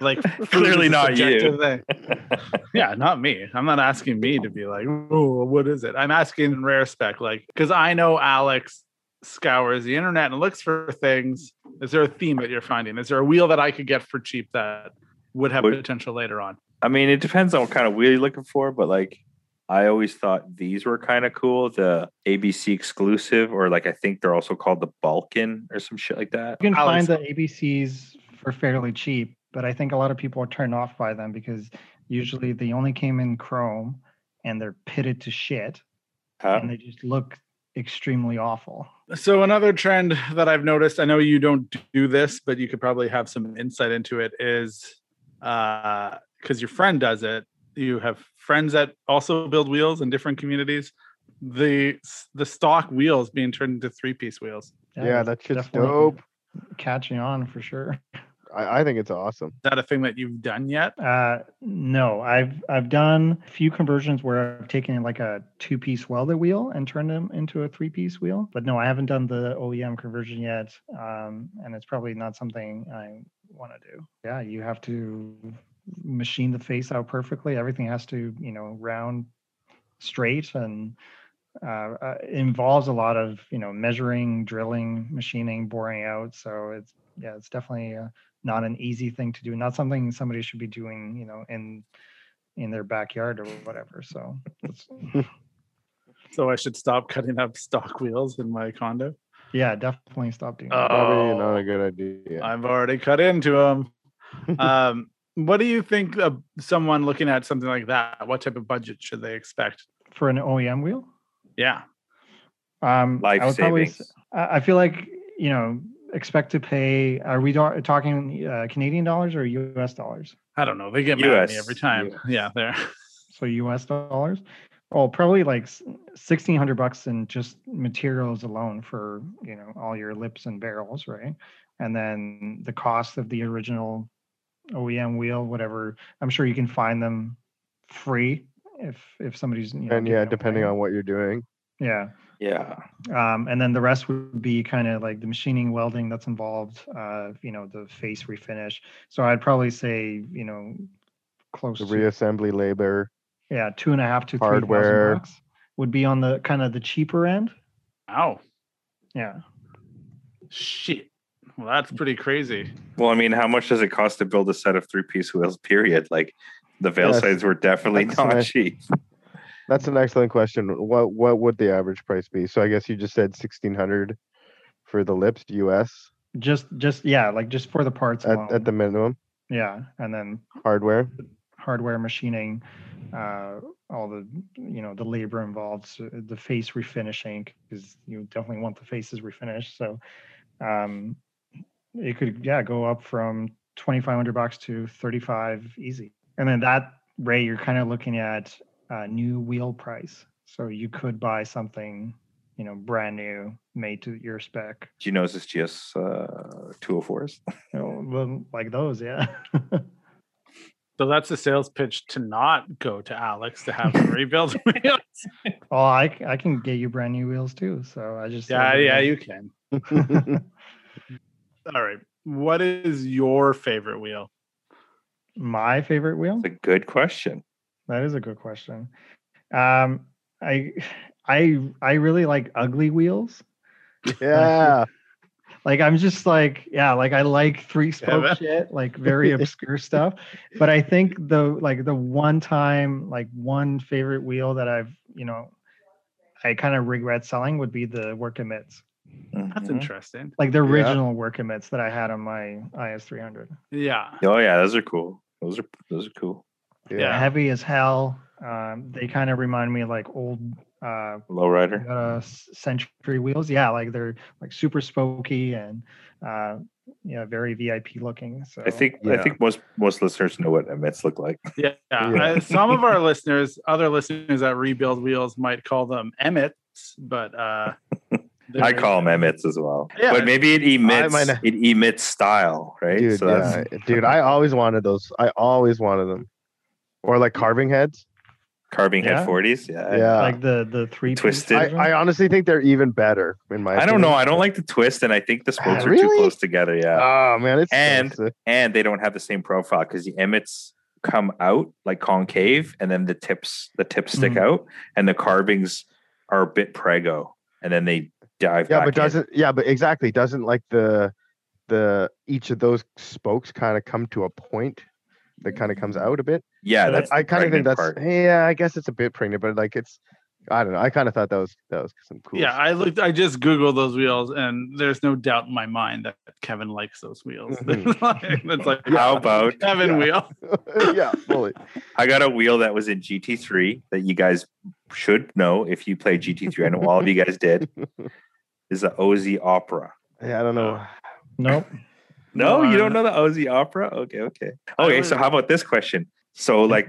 S4: like food
S3: Clearly
S4: is a
S3: not you.
S4: subjective thing. yeah, not me. I'm not asking me to be like, oh, what is it? I'm asking rare spec, like, because I know Alex scours the internet and looks for things. Is there a theme that you're finding? Is there a wheel that I could get for cheap that would have
S3: Would-
S4: potential later on?
S3: I mean, it depends on what kind of wheel you're looking for, but like, I always thought these were kind of cool. The ABC exclusive, or like, I think they're also called the Balkan or some shit like that.
S5: You can
S4: Alex.
S5: find the ABCs for fairly cheap, but I think a lot of people are turned off by them because usually they only came in chrome and they're pitted to shit
S3: Huh?
S5: and they just look extremely awful.
S4: So another trend that I've noticed, I know you don't do this, but you could probably have some insight into it is uh because your friend does it. You have friends that also build wheels in different communities. The the stock wheels being turned into three piece wheels.
S2: Yeah, that
S5: that's
S2: shit's
S5: definitely
S2: dope.
S5: Catching on for sure.
S2: I, I think it's awesome.
S4: Is that a thing that you've done yet?
S5: Uh, no, I've I've done a few conversions where I've taken like a two piece welded wheel and turned them into a three piece wheel, but no, I haven't done the OEM conversion yet, um, and it's probably not something I want to do. Yeah, you have to machine the face out perfectly. Everything has to you know round, straight, and uh, uh, involves a lot of you know measuring, drilling, machining, boring out. So it's yeah, it's definitely uh, not an easy thing to do. Not something somebody should be doing you know in in their backyard or whatever. So it's,
S4: So I should stop cutting up stock wheels in my condo.
S5: yeah, definitely stop
S2: Uh,
S5: doing. that.
S2: Probably
S4: Oh.
S2: not a good idea.
S4: I've already cut into them. um, what do you think of someone looking at something like that? What type of budget should they expect?
S5: for an OEM wheel.
S4: Yeah.
S5: Um, I
S3: Life
S5: would probably
S3: savings.
S5: s- I I feel like you know expect to pay. Are we do- talking uh, Canadian dollars or U.S. dollars?
S4: I don't know. They get mad at me
S3: US,
S4: every time.
S2: US.
S4: Yeah, there.
S5: So U.S. dollars. Oh, probably like sixteen hundred bucks in just materials alone for you know all your lips and barrels, right? And then the cost of the original OEM wheel, whatever. I'm sure you can find them free if if somebody's you know,
S2: and
S5: giving
S2: yeah,
S5: it
S2: depending
S5: away.
S2: on what you're doing.
S5: yeah
S3: Yeah.
S5: um, and then the rest would be kind of like the machining welding that's involved uh, you know the face refinish so i'd probably say you know close
S2: The
S5: to
S2: reassembly labor.
S5: yeah two and a half to
S2: Hardware.
S5: three thousand bucks would be on the kind of the cheaper end
S4: Wow.
S5: yeah
S4: Shit. Well, that's pretty crazy.
S3: Well, I mean, how much does it cost to build a set of three piece wheels, period? Like the veil
S2: Yes.
S3: sides were definitely
S2: That's
S3: not
S2: my-
S3: cheap.
S2: That's an excellent question. What what would the average price be? So I guess you just said sixteen hundred for the lips US
S5: just just yeah like just for the parts
S2: at,
S5: alone.
S2: at the minimum
S5: yeah and then
S2: hardware.
S5: hardware machining uh all the you know the labor involved so the face refinishing because you definitely want the faces refinished so um it could yeah go up from 2500 bucks to 35 easy and then that ray you're kind of looking at uh, new wheel price so you could buy something you know brand new made to your spec
S3: Do you know this GS uh, 204s?
S5: you know, well, like those yeah
S4: So that's the sales pitch to not go to Alex to have him rebuild the wheels.
S5: oh I, c- I can get you brand new wheels too so i just
S4: Yeah,
S5: said,
S4: yeah,
S5: uh,
S4: you can. All right. What is your favorite wheel?
S5: My favorite wheel?
S3: It's a good question.
S5: That is a good question. Um, I, I, I really like ugly wheels.
S2: yeah.
S5: Like I'm just like, yeah, like I like three spoke
S4: but-
S5: shit, like very obscure stuff. But I think the like the one time, like one favorite wheel that I've, you know, I kind of regret selling would be the work emits,
S4: That's
S3: Mhm.
S4: interesting.
S5: like the
S2: Yeah.
S5: original work emits that I had on my IS300.
S4: Yeah.
S3: Oh yeah, those are cool. Those are those are cool.
S4: Yeah.
S5: Heavy as hell. Um, they kind of remind me of like old uh
S3: Lowrider.
S5: uh, s- century wheels. Yeah, like they're like super spooky and uh, yeah, very VIP looking. So
S3: I think I
S2: Yeah.
S3: think most most listeners know what emits look like.
S4: Yeah.
S2: Yeah.
S4: I- some of our listeners, other listeners that rebuild wheels might call them Emmets, but uh
S3: I
S4: they're-
S3: call them emits as well.
S4: Yeah.
S3: but maybe it emits
S2: might not-
S3: it emits style, right?
S2: Dude,
S3: so that's
S2: yeah. dude, I always wanted those. I always wanted them. Or like carving heads.
S3: carving
S5: Yeah.
S3: head 40s. Yeah.
S2: Yeah.
S5: like the the three piece
S3: uh, Twisted.
S2: I,
S5: version.
S2: I honestly think they're even better in my
S3: I don't know.
S2: opinion.
S3: I don't like the twist, and I think the spokes are too
S2: Ah, really?
S3: close together. Yeah.
S2: Oh man, it's so
S3: And-
S2: sick.
S3: and they don't have the same profile because the emmets come out like concave and then the tips the tips stick
S5: Mhm.
S3: out and the carvings are a bit prego and then they dive
S2: yeah,
S3: back
S2: but
S3: in.
S2: doesn't yeah, but exactly doesn't like the the each of those spokes kind of come to a point that kind of comes out a bit.
S3: yeah
S5: But
S3: that's
S2: I kind of think that's
S3: part.
S2: yeah, I guess it's a bit pregnant, but like it's I don't know. I kind of thought that was that was some cool.
S4: Yeah,
S2: stuff.
S4: I looked. I just googled those wheels, and there's no doubt in my mind that Kevin likes those wheels.
S2: Mhm.
S4: That's like
S3: Mm-hmm. how about
S4: Kevin
S2: Yeah.
S4: wheel.
S2: yeah, fully.
S3: i got a wheel that was in gt3 that you guys should know if you play gt3 i know all of you guys did is the oz opera
S2: Yeah, I don't know.
S5: nope.
S3: No, you don't
S4: No,
S3: know the Aussie opera? Okay, okay.
S4: I
S3: Okay,
S4: was-
S3: so how about this question? So, like,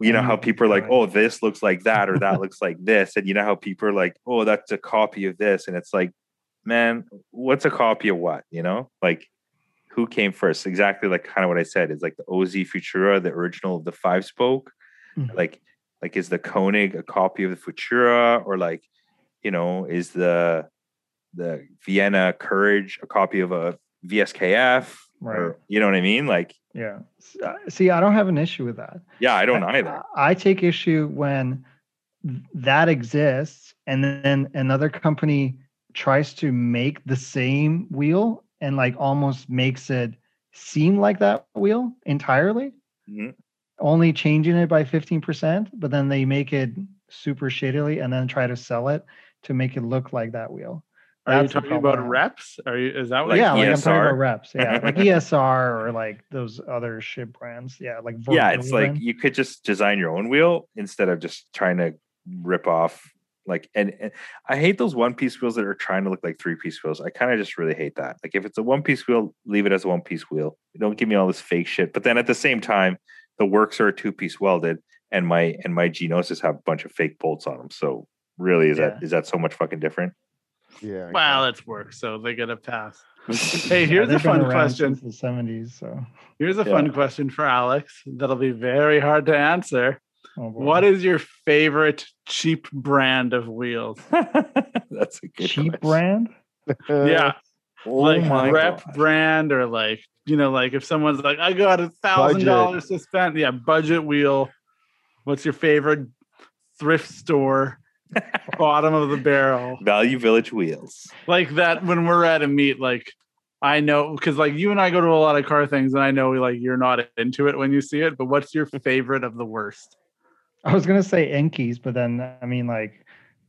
S3: you know how people are like,
S5: God.
S3: oh, this looks like that, or that looks like this. And you know how people are like, oh, that's a copy of this. And it's like, man, what's a copy of what? You know, like, who came first? Exactly like kind of what I said is like the OZ Futura, the original, the five spoke.
S5: Mhm.
S3: Like, like is the Koenig a copy of the Futura, or like, you know, is the the Vienna Courage a copy of a VSKF?
S5: Right.
S3: you know what I mean? Like,
S5: Yeah. S- uh, See, I don't have an issue with that.
S3: yeah, I don't
S5: I-
S3: either.
S5: I I take issue when that exists and then another company tries to make the same wheel and like almost makes it seem like that wheel entirely
S3: Mhm.
S5: only changing it by 15% but then they make it super shittily and then try to sell it to make it look like that wheel
S4: Are you
S5: That's the
S4: talking
S5: problem I
S4: about
S5: have.
S4: reps? Are you? Is that what?
S3: Like E
S5: yeah like i'm talking
S3: ESR?
S5: about reps yeah like esr or like those other shit brands yeah like
S3: yeah, it's like
S5: Volkswagen.
S3: you could just design your own wheel instead of just trying to rip off like and, and I hate those one piece wheels that are trying to look like three piece wheels. I kind of just really hate that. Like if it's a one piece wheel, leave it as a one piece wheel. Don't give me all this fake shit. But then at the same time, the works are a two piece welded and my and my Genosis have a bunch of fake bolts on them. So really is that is that so much fucking different?
S2: Yeah.
S4: Wow, that's work. So they get a pass.
S3: hey,
S4: Hey,
S5: Yeah,
S4: here's a
S5: they've been
S4: fun
S5: around
S4: question.
S5: since the 70s so
S4: Here's a
S3: Yeah.
S4: fun question for Alex that'll be very hard to answer.
S5: oh boy.
S4: What is your favorite cheap brand of wheels?
S3: That's a good question.
S5: cheap brand
S2: exactly.
S4: yeah,
S3: Oh
S4: like
S3: my
S4: rep
S3: God.
S4: brand or like you know, like if someone's like, I got a thousand
S2: Budget.
S4: dollars to spend. Yeah, budget wheel. What's your favorite thrift store? bottom of the barrel.
S3: Value Village wheels.
S4: like that when we're at a meet like i know because like you and i go to a lot of car things and i know like you're not into it when you see it but what's your favorite of the worst
S5: I was gonna say Enkies, but then I mean like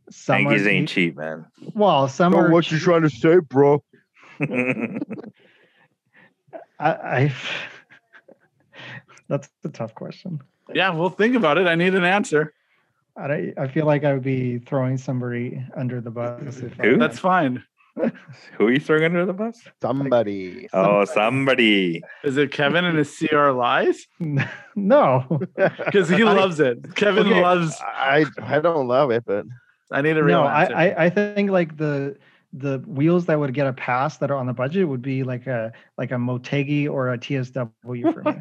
S5: some are
S3: Yankees ain't
S5: cheap-
S3: cheap, man.
S5: Well, some
S2: Know
S5: are.
S2: what you
S5: cheap.
S2: trying to say, bro?
S5: I, I that's a tough question.
S4: yeah well think about it i need an answer
S5: I don't- I feel like I would be throwing somebody under the bus. If I,
S3: Who?
S4: that's fine
S3: Who are you throwing under the bus?
S2: Somebody.
S3: Oh, somebody.
S4: is it kevin and his cr lies
S5: no,
S4: because he
S2: I-
S4: loves it kevin
S2: Okay,
S4: loves
S2: I I don't love it, but
S4: i need a real
S5: no. I,
S4: answer
S5: I I think like the the wheels that would get a pass that are on the budget would be like a like a Motegi or a TSW for me.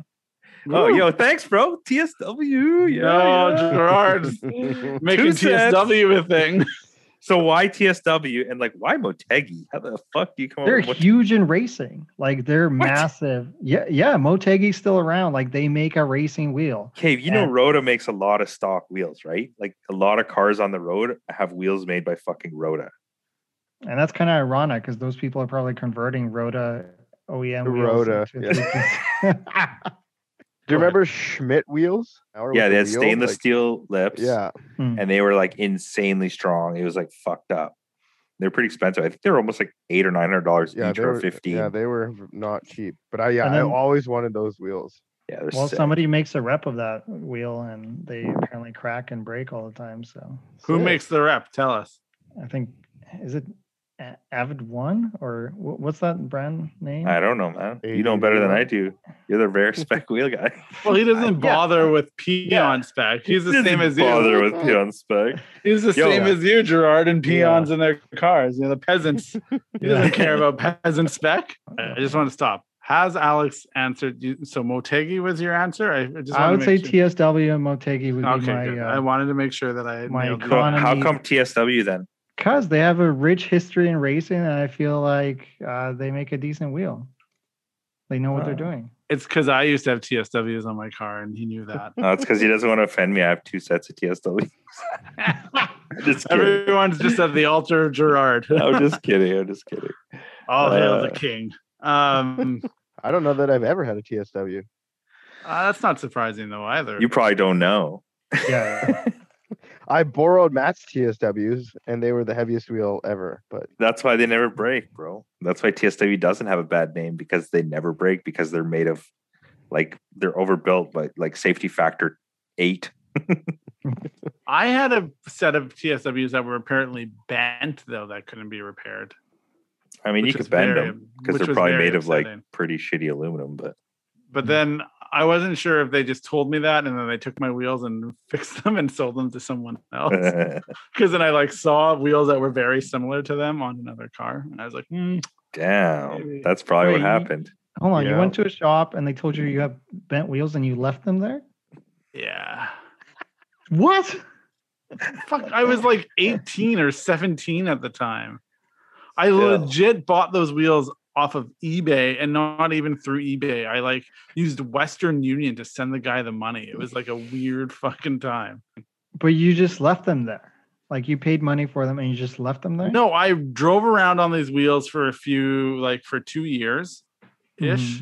S3: Oh, yo, thanks, bro. TSW. Yeah.
S4: no
S3: yeah.
S4: gerard making
S3: Two cents.
S4: tsw a thing
S3: So why TSW and like why Motegi? How the fuck do you
S4: Oh,
S3: come up
S5: They're
S3: with Motegi?
S5: huge in racing. Like they're
S3: What?
S5: massive. Yeah, yeah. Motegi's still around. Like they make a racing wheel.
S3: Okay, you know
S5: Yeah.
S3: Rhoda makes a lot of stock wheels, right? Like a lot of cars on the road have wheels made by fucking Rhoda.
S5: And that's kind of ironic because those people are probably converting Rota OEM
S2: To
S5: wheels
S2: Rota,
S5: into-
S2: do you remember Schmidt wheels? Our with
S3: yeah, they
S2: the
S3: had
S2: wheel,
S3: stainless
S2: like-
S3: steel lips.
S2: Yeah,
S3: And they were like insanely strong. It was like fucked up. They're pretty expensive. I think they're almost like eight or nine hundred dollars
S2: yeah,
S3: each
S2: they
S3: or
S2: were,
S3: fifteen.
S2: yeah, they were not cheap. But I, yeah,
S5: And
S2: I
S5: then-
S2: always wanted those wheels.
S3: Yeah, they're
S5: well,
S3: sick.
S5: somebody makes a rep of that wheel, and they apparently crack and break all the time. So
S4: who
S2: Sick.
S4: makes the rep tell us
S5: I think is it A- Avid One or wh- what's that brand name?
S3: I don't know, man. You
S2: AD
S3: know better than
S2: wheel.
S3: I do. You're the rare spec wheel guy.
S4: well he doesn't
S5: Uh, Yeah.
S4: bother with peon spec he's the
S3: Doesn't
S4: same as you
S3: bother with peon spec.
S4: He's the
S3: Yo.
S4: same as you, Gerard, and peons in their cars. You know, the peasants. He doesn't care about peasant spec. I just want to stop. Has Alex answered you? So Motegi was your answer? I I just
S5: I
S4: wanted
S5: would
S4: to
S5: say
S4: make sure-
S5: TSW and Motegi would
S4: Okay,
S5: be my.
S4: good.
S5: uh,
S4: I wanted to make sure that I
S5: my
S4: nailed it.
S3: So how
S5: Economy.
S3: come TSW then?
S5: Cause they have a rich history in racing, and I feel like uh, they make a decent wheel. They know what they're
S3: Wow.
S5: doing.
S4: It's because I used to have TSWs on my car, and he knew that.
S3: No, it's because he doesn't want to offend me. I have two sets of TSW. just kidding.
S4: Everyone's just at the altar of Gerard.
S3: I'm just kidding. I'm just kidding.
S4: All hail
S3: Uh.
S4: the king. Um,
S2: I don't know that I've ever had a TSW.
S4: uh, that's not surprising though either.
S3: You probably don't know.
S5: Yeah,
S2: I borrowed Matt's TSWs, and they were the heaviest wheel ever. But
S3: That's why they never break, bro. That's why TSW doesn't have a bad name because they never break because they're made of like they're overbuilt, but like safety factor eight.
S4: I had a set of TSWs that were apparently bent though that couldn't be repaired.
S3: I mean,
S4: which
S3: you
S4: is
S3: could bend
S4: very-
S3: them because
S4: which
S3: they're
S4: was
S3: probably
S4: very
S3: made of like mm.
S4: upsetting.
S3: pretty shitty aluminum, but
S4: But then I wasn't sure if they just told me that, and then they took my wheels and fixed them and sold them to someone else. Because then I like saw wheels that were very similar to them on another car, and I was like, hmm, Maybe.
S3: Damn, that's probably what
S5: Wait, you-
S3: happened.
S5: hold on. You
S2: Yeah.
S5: went to a shop and they told you you have bent wheels, and you left them there.
S4: yeah,
S5: What?
S4: fuck. I was like 18 or 17 at the time. I
S3: Still.
S4: legit bought those wheels off of eBay and not even through eBay. I like used Western Union to send the guy the money. It was like a weird fucking time.
S5: But you just left them there. Like you paid money for them and you just left them there?
S4: No, I drove around on these wheels for a few, like for two years ish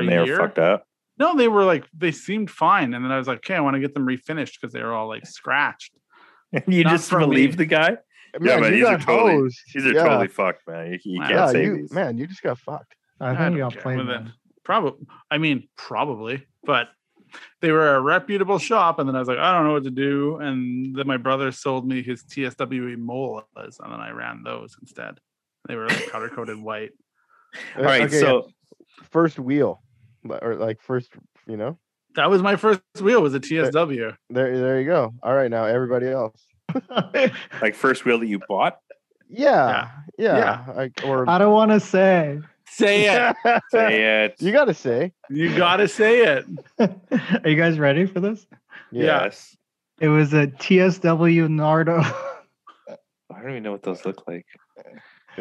S3: Mm-hmm. and
S4: a
S3: they were
S4: year.
S3: fucked up.
S4: No, they were like, they seemed fine. And then I was like, okay, I want to get them refinished because they were all like scratched.
S3: you
S4: Not
S3: just
S4: from
S3: believe
S4: me.
S3: the guy?
S2: Man,
S3: but
S2: you
S3: these
S2: got
S3: are totally-
S2: hosed.
S3: These are
S2: Yeah.
S3: totally fucked, man. You, you
S4: Wow.
S3: can't
S2: yeah,
S3: save
S2: you,
S3: these.
S2: man, you just got fucked.
S4: I
S5: I think
S4: don't
S5: you got
S4: care
S5: played.
S4: with it.
S5: man.
S4: Probably, I mean, probably, but they were a reputable shop. And then I was like, I don't know what to do. And then my brother sold me his TSWE molas, and then I ran those instead. They were like powder coated white.
S2: Uh,
S3: All right,
S2: okay,
S3: so
S2: yeah, first wheel, li- or like first, you know.
S4: That was my first wheel. Was a TSW.
S2: There, there you go. All right, now everybody else.
S3: like first wheel that you bought.
S2: Yeah, yeah.
S4: yeah.
S2: Like, or
S5: I don't want to say.
S4: Say it.
S3: Say it.
S2: you got to say
S4: You gotta say it.
S5: Are you guys ready for this?
S4: yeah.
S3: yes.
S5: It was a TSW Nardo. Oh,
S3: I don't even know what those look like.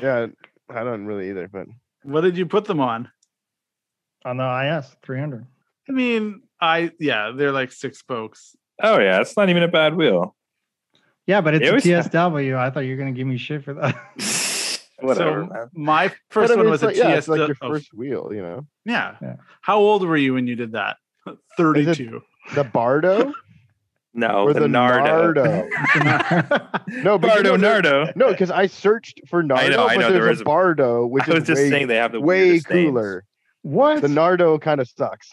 S2: yeah. I don't really either, but
S4: What did you put them on?
S5: on the IS 300.
S4: I mean, I yeah, they're like six spokes.
S3: Oh yeah, it's not even a bad wheel.
S5: Yeah, but it's
S3: It
S5: a
S3: was-
S5: TSW. I thought you were gonna give me shit for that.
S3: Whatever.
S4: So
S3: man.
S4: my
S2: But
S4: first
S2: I mean,
S4: one was
S2: it's
S4: a
S2: like,
S4: TSW.
S2: yeah, it's like your
S4: oh,
S2: first wheel, you know.
S4: yeah.
S5: Yeah.
S4: How old were you when you did that? Thirty-two.
S2: The Bardo
S3: No,
S2: or
S3: Oh, the, Nardo.
S2: Nardo? No, but you know there-
S3: Bardo Nardo.
S2: No, because I searched for Nardo,
S3: know, I
S2: but
S3: know
S2: there's
S3: there
S2: a
S3: is a-
S2: Bardo, which
S3: I was
S2: is
S3: just
S2: way,
S3: saying they have the
S2: way
S3: weirdest names.
S2: cooler.
S5: what?
S2: The Nardo kind of sucks.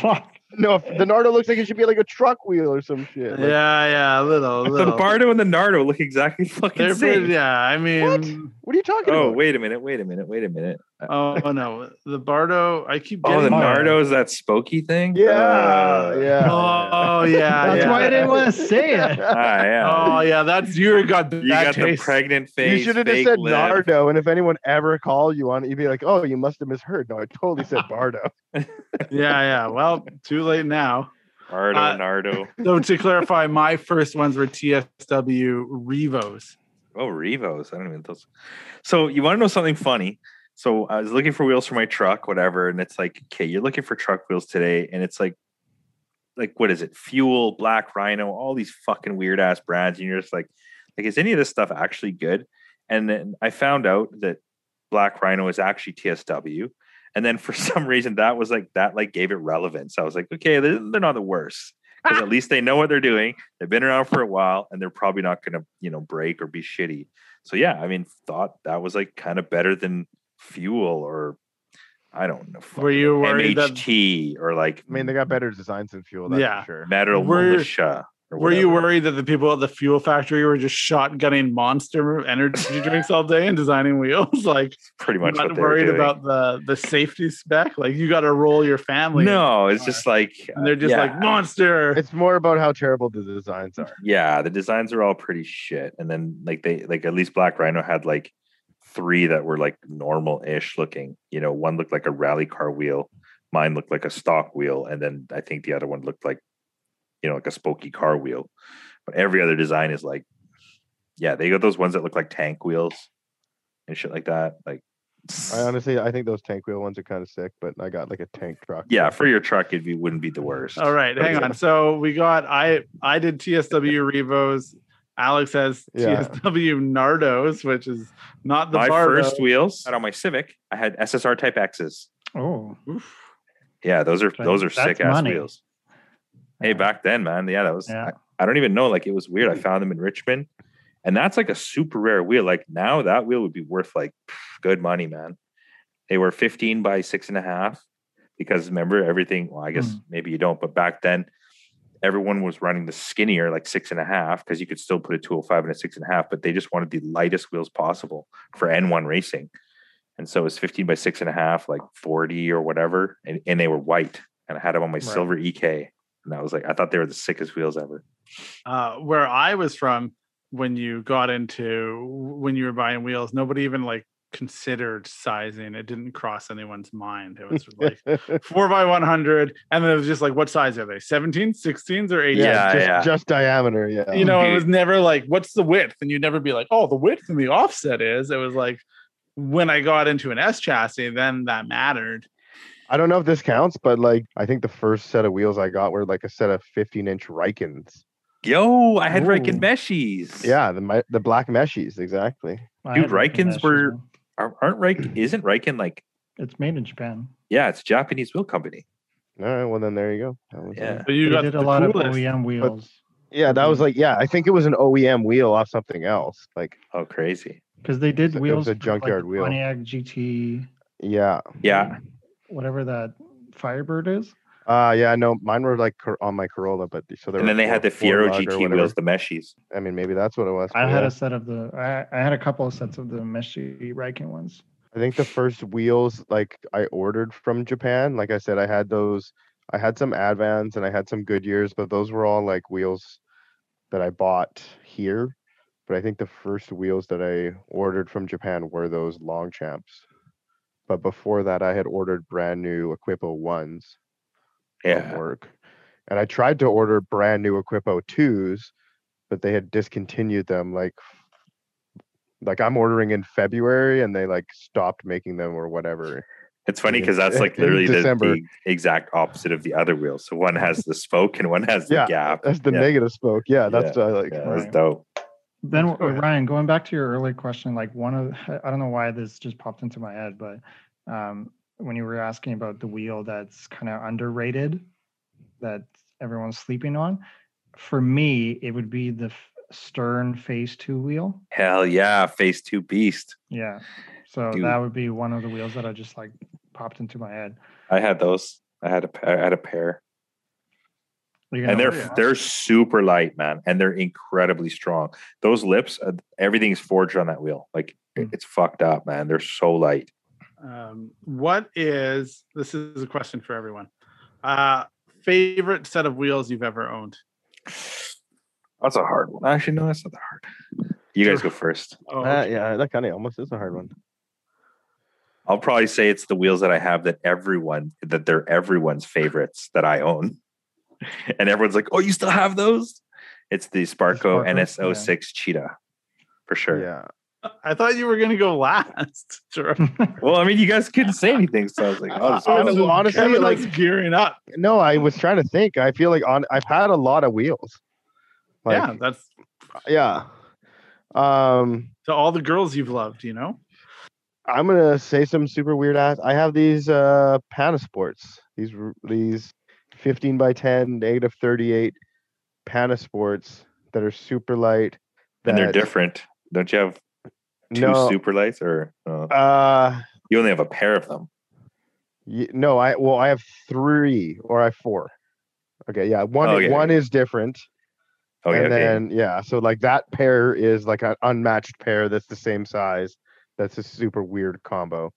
S5: Fuck.
S2: No, if the Nardo looks like it should be like a truck wheel or some shit.
S4: Yeah,
S2: Like,
S4: yeah, a little,
S3: But
S4: little.
S3: the Bardo and the Nardo look exactly fucking
S4: They're
S3: same.
S4: pretty, yeah, I mean,
S2: What are you talking
S3: Oh
S2: about?
S3: wait a minute! Wait a minute! Wait a minute!
S4: oh no, the Bardo. I keep
S3: Oh, the
S4: getting.
S5: my-
S3: Nardo is that spooky thing.
S2: Yeah,
S3: Uh,
S2: yeah.
S4: oh yeah,
S5: That's
S4: yeah.
S5: why I didn't want to say it.
S3: Ah, yeah.
S4: Oh yeah, that's you got
S3: you
S4: bad
S3: got
S4: taste.
S3: the pregnant face.
S2: you should have just
S3: fake
S2: said
S3: lip.
S2: Nardo, and if anyone ever called you on it, you'd be like, "Oh, you must have misheard." No, I totally said Bardo.
S4: yeah, yeah. Well, too late now.
S3: Nardo,
S4: Uh,
S3: Nardo.
S4: So to clarify, my first ones were TSW Revos.
S3: Oh, Revos. I don't even know those. So you want to know something funny? So I was looking for wheels for my truck, whatever, and it's like, okay, you're looking for truck wheels today, and it's like, like what is it? Fuel, Black Rhino, all these fucking weird ass brands, and you're just like, like is any of this stuff actually good? And then I found out that Black Rhino is actually TSW, and then for some reason that was like that like gave it relevance. I was like, okay, they're, they're not the worst. 'Cause at least they know what they're doing. They've been around for a while, and they're probably not going to, you know, break or be shitty. So yeah, I mean, thought that was like kind of better than fuel or I don't know.
S4: Were you worried that
S3: MHT or like
S2: I mean, they got better designs than fuel. That's
S4: Yeah.
S2: for sure.
S3: metal
S4: were-
S3: militia? or
S4: were you
S3: whatever.
S4: worried that the people at the fuel factory were just shotgunning monster energy drinks all day and designing wheels? Like
S3: Pretty much what
S4: not
S3: they were
S4: worried
S3: doing.
S4: about the the safety spec? Like you gotta roll your family.
S3: No, it's just like
S4: And they're just
S3: yeah.
S4: like monster.
S2: It's more about how terrible the designs are.
S3: yeah, the designs are all pretty shit. And then like they like at least Black Rhino had like three that were like normal-ish looking. You know, one looked like a rally car wheel, mine looked like a stock wheel, and then I think the other one looked like you know, like a spooky car wheel. But every other design is like, yeah, they got those ones that look like tank wheels and shit like that. Like
S2: I honestly, I think those tank wheel ones are kind of sick, but I got like a tank truck.
S3: yeah, for your truck it wouldn't be the worst.
S4: All right, hang on. So we got I I did TSW Revos. Alex has
S2: Yeah.
S4: TSW Nardos, which is not the
S3: My
S4: Bardo.
S3: first wheels and on my Civic, I had SSR Type X's.
S5: Oh.
S4: Oof.
S3: Yeah, those are
S5: But
S3: those are
S5: that's
S3: sick ass
S5: money.
S3: wheels. Hey, back then, man, yeah, that was.
S5: Yeah.
S3: I, I don't even know. Like, it was
S5: Hmm.
S3: weird. I found them in Richmond, and that's like a super rare wheel. Like now, that wheel would be worth like pff, good money, man. They were fifteen by six and a half, because remember everything. Well, I guess
S5: Hmm.
S3: maybe you don't, but back then, everyone was running the skinnier, like six and a half, because you could still put a two hundred five and a six and a half, but they just wanted the lightest wheels possible for N one racing. And so it was 15 by six and a half, like 40 or whatever. And, and they were white. And I had them on my
S5: Right.
S3: silver EK. And I was like, I thought they were the sickest wheels ever.
S4: uh, where I was from when you got into when you were buying wheels, nobody even like considered sizing. It didn't cross anyone's mind. It was like four by 100. And then it was just like, what size are they? 17, 16s or 18s?
S3: Yeah,
S2: just,
S3: yeah.
S2: just diameter. Yeah,
S4: You know, it
S3: Dude.
S4: was never like, what's the width? And you'd never be like, oh, the width and the offset is. It was like, when I got into an S chassis, then that mattered.
S2: I don't know if this counts, but like, I think the first set of wheels I got were like a set of 15 inch Rikens.
S3: Yo, I had
S2: Ooh.
S3: Riken Meshies.
S2: Yeah, the mi- the black meshies exactly.
S5: I
S3: Dude,
S5: had Riken
S3: Rikens
S5: meshes,
S3: were-
S5: though.
S3: Are- Aren't Riken? Isn't Riken like?
S5: It's made in Japan.
S3: Yeah, it's a Japanese wheel company.
S2: All right, well then there you go. That was it.
S3: Yeah.
S4: But you
S5: they
S4: got
S5: did
S4: the
S5: a lot of
S2: E
S4: coolest.
S5: OEM wheels
S2: yeah, that was
S5: Mhm.
S2: like yeah. I think it was an OEM wheel off something else. Like
S3: Oh, crazy.
S5: because they did
S2: It was
S5: wheels.
S2: a
S5: for,
S2: junkyard
S5: like, the
S2: wheel.
S5: Pontiac GT,
S2: yeah,
S3: Yeah,
S5: whatever that Firebird is.
S2: uh yeah. No, mine were like Cor- on my Corolla, but so there
S3: and
S2: were
S3: then they
S2: four-
S3: had the
S2: four
S3: Fiero
S2: lug or
S3: GT
S2: whatever.
S3: wheels, the Meshies.
S2: I mean, maybe that's what it was.
S5: I
S2: but
S5: had
S2: yeah.
S5: a set of the. I, I had a couple of sets of the Meshi Riken ones.
S2: I think the first wheels like I ordered from Japan. Like I said, I had those. I had some Advans and I had some Goodyears, but those were all like wheels that I bought here. But I think the first wheels that I ordered from Japan were those Long Champs. But before that, I had ordered brand new Equipo ones from
S3: Yeah,
S2: work, and I tried to order brand new Equipo twos, but they had discontinued them like like I'm ordering in February and they like stopped making them or whatever.
S3: it's funny because that's like
S2: In
S3: literally the,
S2: December.
S3: the exact opposite of the other wheel. So one has the spoke and one has the
S2: Yeah,
S3: gap.
S2: That's the
S3: yeah.
S2: negative spoke. Yeah, that's uh, like
S3: Yeah,
S2: yeah.
S3: that's
S5: Right.
S3: dope.
S5: Then
S2: Let's go
S5: uh,
S2: ahead.
S5: Ryan, going back to your earlier question, like one of I don't know why this just popped into my head, but um, when you were asking about the wheel that's kind of underrated that everyone's sleeping on, for me it would be the f- Stern Phase Two wheel.
S3: Hell yeah, phase two beast.
S5: Yeah, so
S3: Dude.
S5: that would be one of the wheels that I just like popped into my head.
S3: I had those. I had a pa- I had a pair,
S5: You
S3: and
S5: know,
S3: they're
S4: yeah.
S3: they're super light, man, and they're incredibly strong. Those lips, uh, everything's forged on that wheel. Like it-
S5: Mm.
S3: it's fucked up, man. They're so light.
S4: Um, what is this is a question for everyone. Uh, favorite set of wheels you've ever owned?
S3: That's a hard one. Actually, no, that's not that hard. You guys go first.
S4: Oh,
S2: That, yeah, that kind of almost is a hard one.
S3: I'll probably say it's the wheels that I have that everyone that they're everyone's favorites that I own, and everyone's like, "Oh, you still have those?" It's the Sparco
S5: Sparco,
S3: NS06 Cheetah, for sure.
S2: Yeah,
S4: I thought you were gonna go last. Jerome.
S3: Well, I mean, you guys couldn't say anything, so I was like, "Oh, this
S2: I
S3: is-
S2: was honestly,
S4: Kevin
S2: like-
S4: was gearing up.
S2: no, I was trying to think. I feel like on I've had a lot of wheels.
S4: yeah,
S2: Like,
S4: that's
S2: yeah, yeah. Um,
S4: to all the girls you've loved. You know,
S2: I'm gonna say some super weird ass. I have these uh Panasports. These r- these 15 by 10 negative 38 Panasports that are super light. That,
S3: and they're different. Don't you have two
S2: no,
S3: super lights, or uh,
S2: Uh,
S3: you only have a pair of them?
S2: y- no. I well, I have three or I have four. Okay, yeah. One
S3: Okay.
S2: one is different,
S3: Okay,
S2: and
S3: Oh, okay.
S2: then yeah. So like that pair is like an unmatched pair that's the same size. That's a super weird combo.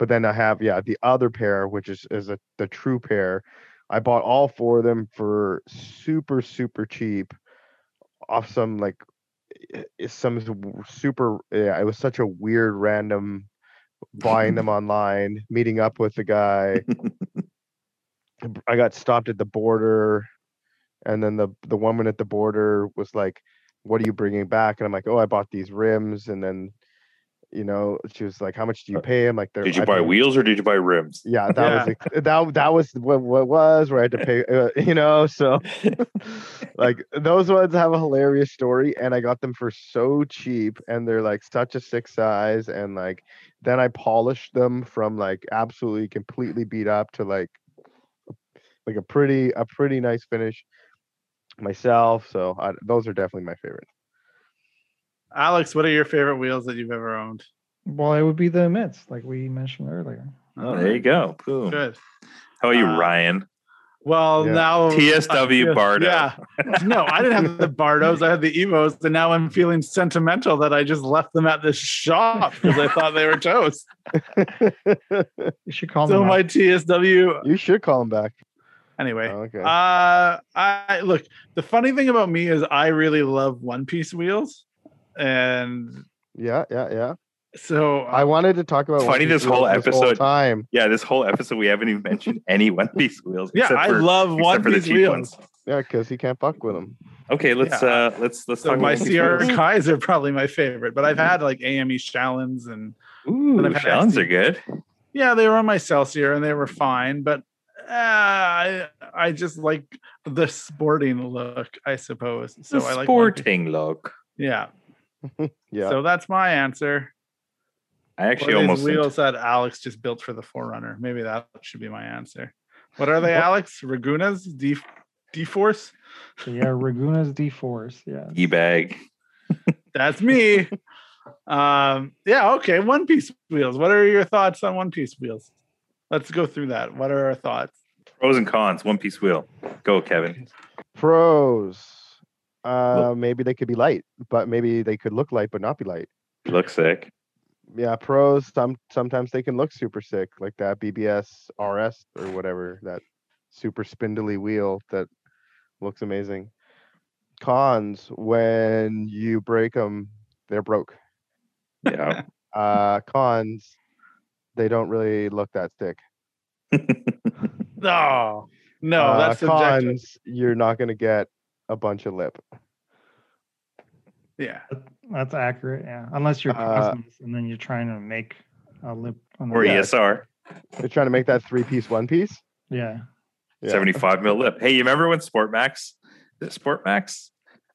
S2: But then I have yeah the other pair, which is is a, the true pair. I bought all four of them for super super cheap, off some like i- i- some s- w- super yeah. It was such a weird random buying them online, meeting up with the guy. b- I got stopped at the border, and then the the woman at the border was like, "What are you bringing back?" And I'm like, "Oh, I bought these rims." And then, you know, she was like, "How much do you
S3: Uh,
S2: pay?" I'm like, "They're-
S3: did you
S2: I
S3: buy
S2: paid-"
S3: wheels or did you buy rims?
S2: Yeah, that was ex- that that was what what was where I had to pay, uh, you know. So, like those ones have a hilarious story, and I got them for so cheap, and they're like such a sick size, and like then I polished them from like absolutely completely beat up to like like a pretty a pretty nice finish myself. So I, those are definitely my favorite.
S4: Alex, what are your favorite wheels that you've ever owned?
S5: well, it would be the mitts, like we mentioned earlier.
S3: Oh, there you go. Boom.
S4: Good.
S3: How are you,
S4: Uh,
S3: Ryan?
S4: Well,
S2: Yeah.
S4: now
S3: TSW
S4: I feel-
S3: Bardo.
S4: Yeah. No, I didn't have the Bardos. I had the Evos, and now I'm feeling sentimental that I just left them at the shop because I thought they were toast.
S5: You should
S3: Oh,
S5: call
S4: So
S5: them.
S4: my
S5: up.
S4: TSW.
S2: You should call them back.
S4: Anyway,
S2: Oh, okay.
S4: uh, I look. The funny thing about me is I really love One Piece wheels, and
S2: yeah, yeah, yeah.
S4: so
S2: I wanted to talk about.
S3: uh, It's
S2: One
S3: funny
S2: Piece
S3: this whole
S2: Wheels
S3: episode-
S2: time.
S3: Yeah, this whole episode we haven't even mentioned any One Piece wheels.
S4: yeah,
S3: except
S4: I
S3: for-
S4: love
S3: except
S4: One
S3: for the
S4: Piece
S3: cheap
S4: wheels.
S3: ones.
S2: Yeah, because he can't fuck with them.
S3: Okay, let's
S4: Yeah.
S3: uh let's let's
S4: So
S3: talk.
S4: my
S3: about One Piece
S4: CR
S3: wheels.
S4: Kais are probably my favorite, but I've had like AME Shallons and
S3: Ooh,
S4: I've had
S3: Shallons
S4: XD.
S3: are good.
S4: yeah, they were on my Celsior and they were fine, but uh, I, I just like the sporting look, I suppose. So
S3: So
S4: I like Monte-
S3: sporting look.
S4: Yeah.
S2: Yeah.
S4: So that's my answer.
S3: I
S4: What
S3: actually
S4: are
S3: almost
S4: these wheels that Alex just built for the Forerunner? Maybe that should be my answer. What are they,
S2: What-
S4: Alex? Ragunas? D D Force?
S5: So yeah, Raguna's D Force. Yeah.
S3: e bag.
S4: That's me. um, yeah, okay. One piece wheels. What are your thoughts on one piece wheels? Let's go through that. What are our thoughts?
S3: Pros and cons. One piece wheel. Go, Kevin.
S2: Pros. Uh,
S3: Well-
S2: maybe they could be light, but maybe they could look light but not be light.
S3: You look sick.
S2: Yeah, pros. Some sometimes they can look super sick, like that BBS RS or whatever that super spindly wheel that looks amazing. Cons: when you break them, they're broke.
S3: Yeah.
S4: Hmm.
S2: Uh, cons: they don't really look that sick.
S4: No, no,
S2: Uh,
S4: that's subjective.
S2: cons. You're not gonna get a bunch of lip.
S4: Yeah.
S5: That's accurate. Yeah. Unless you're
S2: Uh,
S5: Cosmos and then you're trying to make a lip on the
S3: or E
S4: E
S5: yeah.
S3: ESR.
S2: They're trying to make that three-piece one piece.
S5: yeah.
S2: Yeah.
S3: 75 mil lip. Hey, you remember when Sportmax? Is it Sportmax?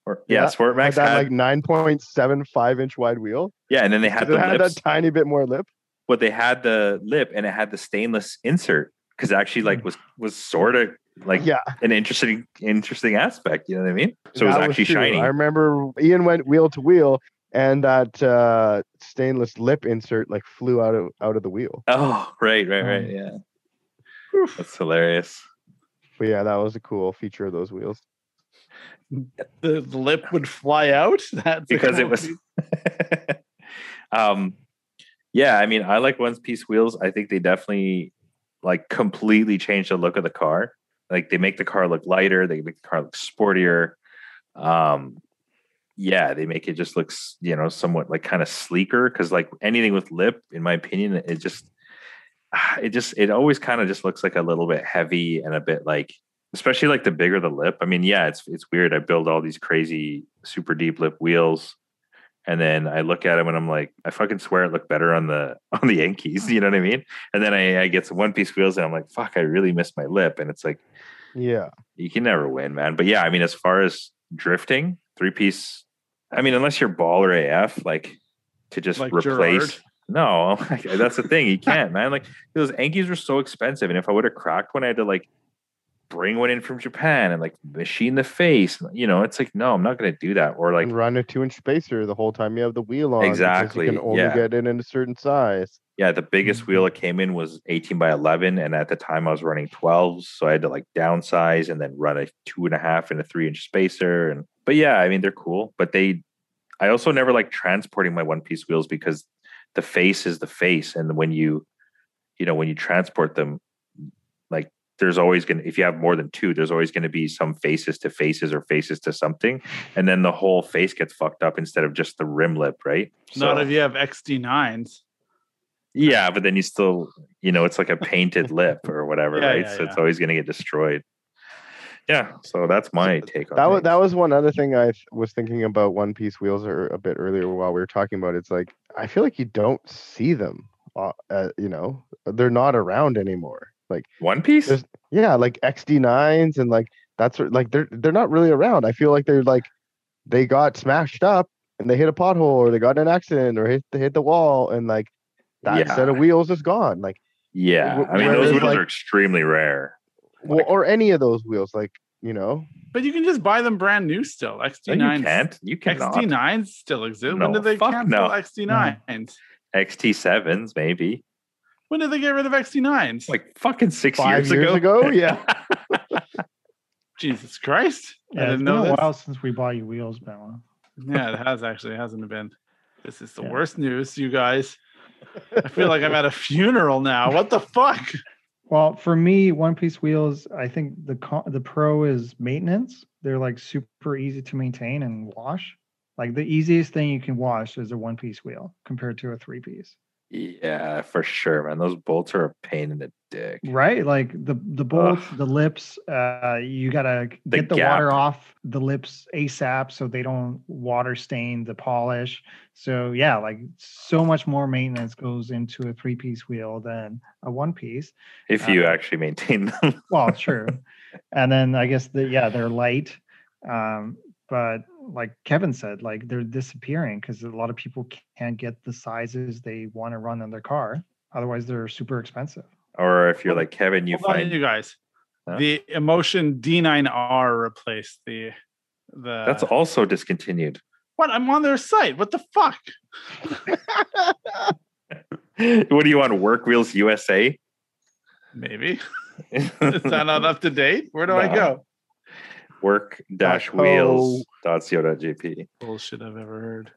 S3: Or yeah,
S2: Yeah,
S3: Sportmax
S2: had
S3: had,
S2: that like 9.75 inch wide wheel.
S3: yeah, and then they had
S2: Did
S3: the
S2: it have
S3: lips,
S2: that tiny bit more lip?
S3: but they had the lip and it had the stainless insert because actually like was was sort of like
S2: Mm. yeah,
S3: an interesting interesting aspect. You know what I mean? So it was
S2: that
S3: actually
S2: true.
S3: shiny.
S2: I remember Ian went wheel to wheel, and that uh, stainless lip insert like flew out of out of the wheel.
S3: Oh, right, right, right.
S2: Um,
S3: Yeah, that's hilarious.
S2: But yeah, that was a cool feature of those wheels.
S4: The lip would fly out. That's a
S3: because it
S4: cool
S3: was um yeah i mean i like one piece wheels i think they definitely like completely change the look of the car like they make the car look lighter they make the car look sportier um yeah they make it just looks you know somewhat like kind of sleeker because like anything with lip in my opinion it just ah, it just it always kind of just looks like a little bit heavy and a bit like especially like the bigger the lip i mean yeah it's it's weird i build all these crazy super deep lip wheels and then i look at them and i'm like i fucking swear it looked better on the on the yankees you know what i mean and then i, I get some one piece wheels and i'm like fuck i really missed my lip and it's like
S2: Yeah,
S3: you can never win, man. But yeah, I mean, as far as drifting, three piece, I mean, unless you're baller AF, like to just
S4: Like
S3: replace. No, that's the thing. You can't, man. Like those Ankies were so expensive, and if I would have cracked one, I had to like bring one in from Japan and like machine the face. You know, it's like no, I'm not going to do that. Or like,
S2: and run a two-inch spacer the whole time you have the wheel on. because
S3: Exactly,
S2: You can only
S3: yeah.
S2: get it in a certain size.
S3: yeah, the biggest wheel it came in was 18 by 11, and at the time I was running 12s, so I had to like downsize and then run a two and a half and a three inch spacer. And but yeah, I mean they're cool, but they, I also never like transporting my one piece wheels because the face is the face, and when you, you know, when you transport them, like there's always gonna if you have more than two, there's always gonna be some faces to faces or faces to something, and then the whole face gets fucked up instead of just the rim lip, right?
S4: Not
S3: So-
S4: if you have XD9s.
S3: yeah, but then you still, you know, it's like a painted lip or whatever,
S4: Yeah,
S3: right?
S4: yeah,
S3: so it's always going to get destroyed. Yeah, so that's my take on
S2: that was
S3: things.
S2: that was one other thing I th- was thinking about one piece wheels or a bit earlier while we were talking about. it. It's like I feel like you don't see them. Uh, uh, you know, they're not around anymore. Like
S3: One Piece.
S2: There's- yeah, like XD nines and like that's what- like they're they're not really around. I feel like they're like they got smashed up and they hit a pothole or they got in an accident or hit they hit the wall and like that
S3: Yeah.
S2: set of wheels is gone. Like
S3: yeah,
S2: w-
S3: I mean, those
S2: whereas,
S3: wheels
S2: like-
S3: are extremely rare.
S2: w-
S3: Like-
S2: or any of those wheels, like you know,
S4: But you can just buy them brand new still.
S3: No,
S4: XD9s.
S3: Oh, you can't. You cannot. XT9.
S4: XD9s still exist. when
S3: No,
S4: did they
S3: fuck
S4: cancel
S3: no.
S4: XD9s?
S3: XT7s, maybe.
S4: When did they get rid of XD9s?
S3: Like fucking six
S2: Five
S3: years,
S2: years
S3: ago.
S2: ago? Yeah.
S4: Jesus Christ. I
S5: Yeah, it's
S4: didn't
S5: been
S4: know
S5: a
S4: this.
S5: while since we bought you wheels, Bella.
S4: Yeah, it has actually. It hasn't been. This is the
S5: Yeah.
S4: worst news, you guys. I feel like I'm at a funeral now. What the fuck?
S5: Well, for me, One Piece wheels, I think the con- the pro is maintenance. They're like super easy to maintain and wash. Like the easiest thing you can wash is a one piece wheel compared to a three piece.
S3: Yeah, for sure, man. Those bolts are a pain in the dick.
S5: right? Like the the bolts, the lips. Uh, you gotta
S3: The
S5: get the
S3: gap.
S5: water off the lips asap so they don't water stain the polish. So yeah, like so much more maintenance goes into a three piece wheel than a one piece.
S3: If you
S5: Uh,
S3: actually maintain them.
S5: Well, true. and then I guess the yeah they're light, um, but like Kevin said, like they're disappearing because a lot of people can't get the sizes they want to run on their car. Otherwise, they're super expensive.
S3: Or if you're like Kevin, you
S4: Hold on,
S3: find
S4: you guys.
S3: Huh?
S4: The Emotion D9R replaced the the.
S3: that's also discontinued.
S4: What? I'm on their site. What the fuck?
S3: what do you want? Work Wheels USA?
S4: Maybe it's not up to date. Where do I
S3: No.
S4: go?
S3: Work dash
S2: co.
S3: wheels dot co.jp.
S4: Bullshit I've ever heard.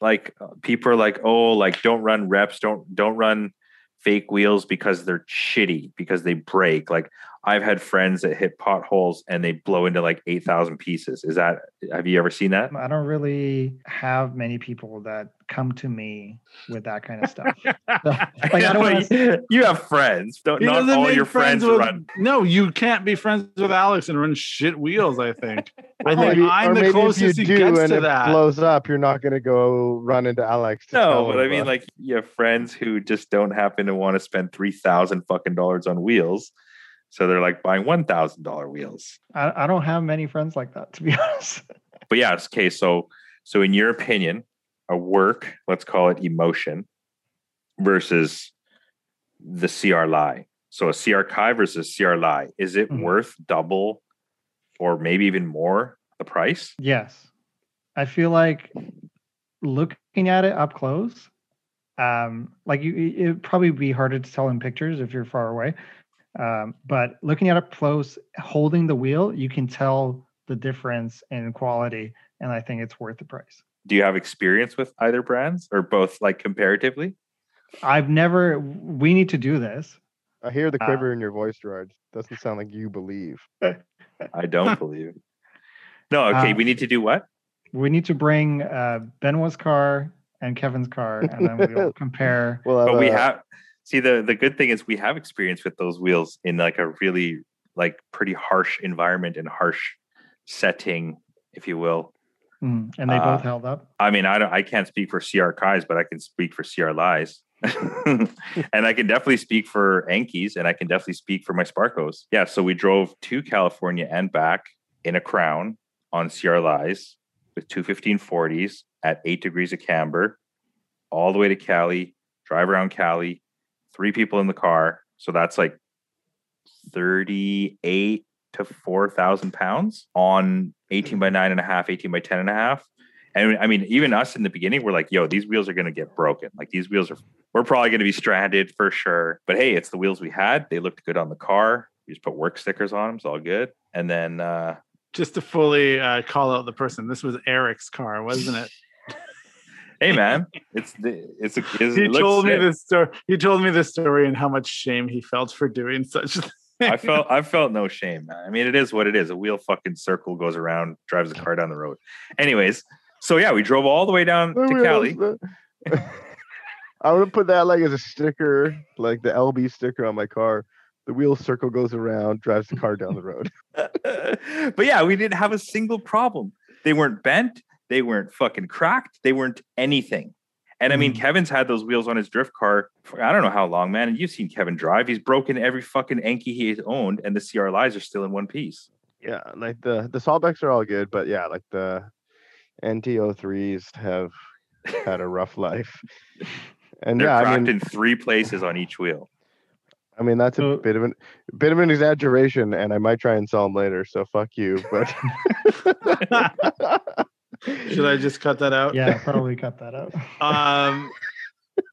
S3: like uh, people are like, oh, like don't run reps, don't don't run fake wheels because they're shitty because they break. Like I've had friends that hit potholes and they blow into like eight thousand pieces. Is that have you ever seen that?
S5: I don't really have many people that come to me with that kind of stuff. like I don't want to.
S3: you have friends. Don't
S4: He
S3: not
S4: doesn't
S3: all
S4: make
S3: your friends,
S4: with,
S3: run.
S4: No, you can't be friends with Alex and run shit wheels. I think. I think
S2: Maybe-
S4: I'm
S2: or
S4: the
S2: maybe
S4: closest he
S2: if you do
S4: gets
S2: and
S4: to
S2: it
S4: that.
S2: blows up, you're not going to go run into Alex. to
S3: No,
S2: tell
S3: but
S2: him,
S3: I mean, like you have friends who just don't happen to want to spend three thousand fucking dollars on wheels, so they're like buying one thousand dollar wheels.
S5: I, I don't have many friends like that, to be honest.
S3: But yeah, it's- okay. So, so in your opinion, a work, let's call it emotion, versus the CR lie. So a CR Kai versus CR lie. Is it
S5: Mhm.
S3: worth double, or maybe even more the price?
S5: Yes, I feel like looking at it up close. Um, like you, it it'd probably be harder to tell in pictures if you're far away. Um, but looking at up close, holding the wheel, you can tell the difference in quality, and I think it's worth the price.
S3: Do you have experience with either brands or both, like comparatively?
S5: I've never. We need to do this.
S2: I hear the
S5: uh,
S2: quiver in your voice, Raj. Doesn't sound like you believe.
S3: I don't believe. No, okay.
S5: Uh,
S3: we need to do what?
S5: We need to bring uh, Benoit's car and Kevin's car, and then we'll compare.
S2: Well,
S3: But we
S2: uh,
S3: have see the the good thing is we have experience with those wheels in like a really like pretty harsh environment and harsh setting, if you will.
S5: Mm, and they
S3: Uh,
S5: both held up.
S3: I mean, I don't I can't speak for CR Kai's, but I can speak for CR Lies. and I can definitely speak for Ankies and I can definitely speak for my Sparkos. Yeah. So we drove to California and back in a crown on CR Lies with two 1540s at eight degrees of camber, all the way to Cali, drive around Cali, three people in the car. So that's like 38 to 4,000 pounds on 18 by nine and a half, 18 by 10 and a half. And I mean, even us in the beginning, we're like, yo, these wheels are going to get broken. Like these wheels are, we're probably going to be stranded for sure. But hey, it's the wheels we had. They looked good on the car. We just put work stickers on them. It's all good. And then, uh,
S4: Just to fully uh, call out the person, this was Eric's car, wasn't it?
S3: hey man, it's the, it's a, it's,
S4: he
S3: it looks
S4: told me
S3: sick.
S4: this story. He told me this story and how much shame he felt for doing such. Things.
S3: I felt I felt no shame. man. I mean, it is what it is. A wheel fucking circle goes around, drives the car down the road. Anyways, so yeah, we drove all the way down
S2: the
S3: to
S2: wheels,
S3: Cali.
S2: the- I would put that like as a sticker, like the LB sticker on my car. The wheel circle goes around, drives the car down the road.
S3: but yeah, we didn't have a single problem. They weren't bent, they weren't fucking cracked, they weren't anything. And I mean,
S5: Mm.
S3: Kevin's had those wheels on his drift car for I don't know how long, man. And you've seen Kevin drive. He's broken every fucking Anki he has owned, and the CR lies are still in one piece.
S2: Yeah, like the the Sawbacks are all good, but yeah, like the NT03s have had a rough life. And
S3: They're
S2: yeah, I
S3: cracked
S2: mean,
S3: in three places on each wheel.
S2: I mean that's a
S5: So-
S2: bit of an bit of an exaggeration, and I might try and sell them later. So fuck you. But
S4: Should I just cut that out?
S5: Yeah, probably cut that out.
S4: Um,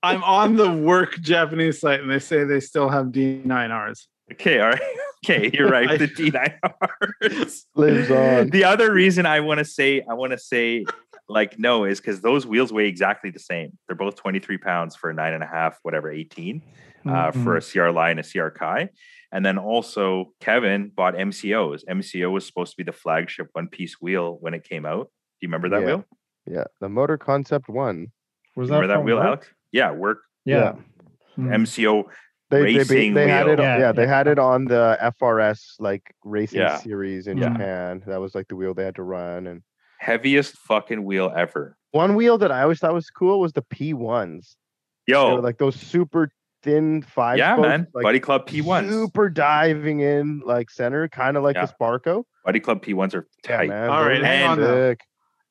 S4: I'm on the work Japanese site and they say they still have D9Rs.
S3: Okay, all right. Okay, you're right.
S4: I-
S3: The D9Rs
S2: Lives on.
S3: The other reason I want to say I want to say like no is because those wheels weigh exactly the same. They're both 23 pounds for a nine and a half, whatever, 18 uh,
S5: Mm-hmm.
S3: for a CR Li and a CR Kai. And then also Kevin bought MCOs. MCO was supposed to be the flagship one piece wheel when it came out. Do you remember that
S2: Yeah.
S3: wheel?
S2: Yeah, the Motor Concept One.
S5: was
S3: Remember that
S5: from
S3: wheel,
S5: work?
S3: Alex? yeah, work
S5: Yeah. Mm.
S3: MCO.
S2: They, they,
S3: Racing
S2: ba- they had
S3: wheel.
S2: it. Yeah,
S5: Yeah,
S2: they
S5: yeah.
S2: had it on the FRS like racing
S3: Yeah.
S2: series in
S5: Yeah.
S2: Japan. That was like the wheel they had to run. And
S3: Heaviest fucking wheel ever.
S2: one wheel that I always thought was cool was the P ones. They
S3: Yo,
S2: were like those super thin five.
S3: Oh. yeah,
S2: spokes,
S3: man.
S2: like,
S3: Buddy Club P1s.
S2: Super diving in like center, kind of like
S3: Yeah.
S2: the Sparko.
S3: Buddy Club P1s are tight.
S4: All right,
S3: hang on
S4: now.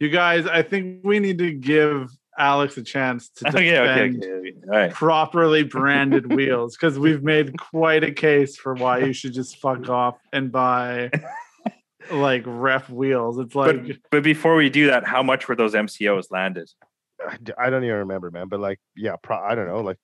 S4: You guys, I think we need to give Alex a chance to defend
S3: okay, okay, okay, okay. All right.
S4: properly branded wheels because we've made quite a case for why you should just fuck off and buy like ref wheels. It's like
S3: but but before we do that, how much were those MCOs landed?
S2: I don't even remember, man. But like, yeah, pro- I don't know, like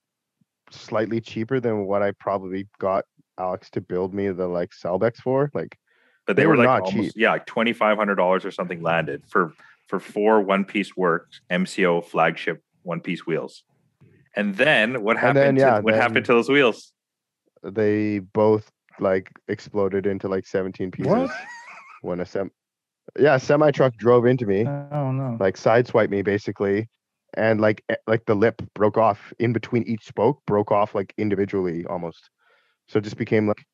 S2: slightly cheaper than what I probably got Alex to build me the like Celbex for. Like,
S3: But they,
S2: They
S3: were,
S2: were
S3: like
S2: not
S3: almost
S2: cheap.
S3: yeah, like twenty five hundred dollars or something landed for for four one piece works MCO flagship one piece wheels. And then what
S2: And
S3: happened?
S2: then, yeah,
S3: to, what
S2: then-
S3: happened to those wheels?
S2: they both like exploded into like 17 pieces
S5: What?
S2: when a sem yeah semi truck drove into me
S5: Oh no.
S2: like sideswiped me basically and like e- like the lip broke off in between each spoke broke off like individually almost so it just became like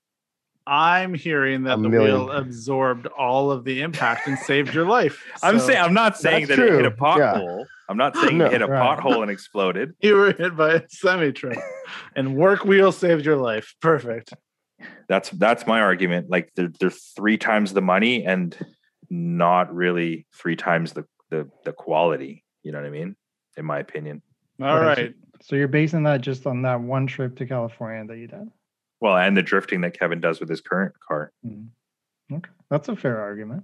S4: I'm hearing that
S2: A
S4: the
S2: million.
S4: wheel absorbed all of the impact and saved your life.
S3: I'm
S4: So
S3: saying I'm not saying that
S2: That's
S3: it hit a
S2: true, yeah.
S3: pothole. I'm not saying
S2: No,
S3: it hit a
S5: right.
S3: pothole and exploded.
S4: you were hit by a semi truck and work wheel saved your life. Perfect.
S3: That's that's my argument. Like they're they're three times the money and not really three times the the, the quality. You know what I mean? In my opinion.
S4: All
S5: Right.
S4: right.
S5: So you're basing that just on that one trip to California that you did.
S3: Well, and the drifting that Kevin does with his current car.
S5: Mm. Okay, that's a fair argument.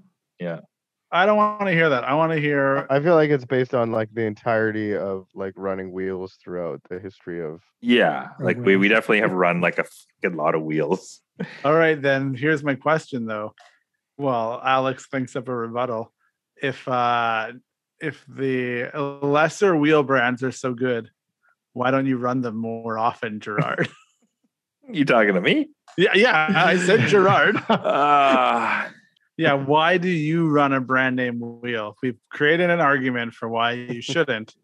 S4: I don't want to hear that. I want to hear
S2: i feel like it's based on like the entirety of like running wheels throughout the history of
S3: Yeah,
S5: Or
S3: like we, we
S5: wheels.
S3: definitely have run like a fucking lot of wheels.
S4: All right, then here's my question though. Well, Alex thinks of a rebuttal. If uh if the lesser wheel brands are so good, why don't you run them more often, Gerard?
S3: You talking to me?
S4: yeah, yeah, I said Gerard.
S3: Ah,
S4: Yeah, why do you run a brand name wheel? We've created an argument for why you shouldn't.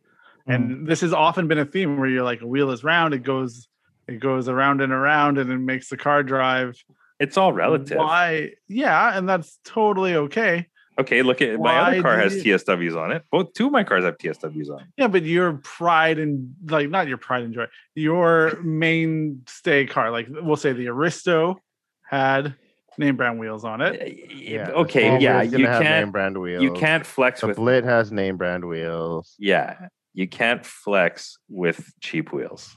S4: and this has often been a theme where you're like a wheel is round, it goes it goes around and around and it makes the car drive.
S3: it's all relative.
S4: Why? Yeah, and that's totally okay.
S3: Okay, look at my
S4: Why
S3: other car
S4: do
S3: has
S4: you-
S3: TSWs on it. Both two of my cars have TSWs on. it.
S4: Yeah, but your pride and like not your pride and joy, your mainstay car, like we'll say the Aristo had name brand wheels on it.
S2: Yeah, the
S3: okay,
S2: small
S3: yeah,
S2: wheel's
S3: you
S2: gonna have name
S3: can't
S2: brand wheels
S3: you can't flex
S2: the
S3: with
S2: blit has name brand wheels
S3: yeah, you can't flex with cheap wheels.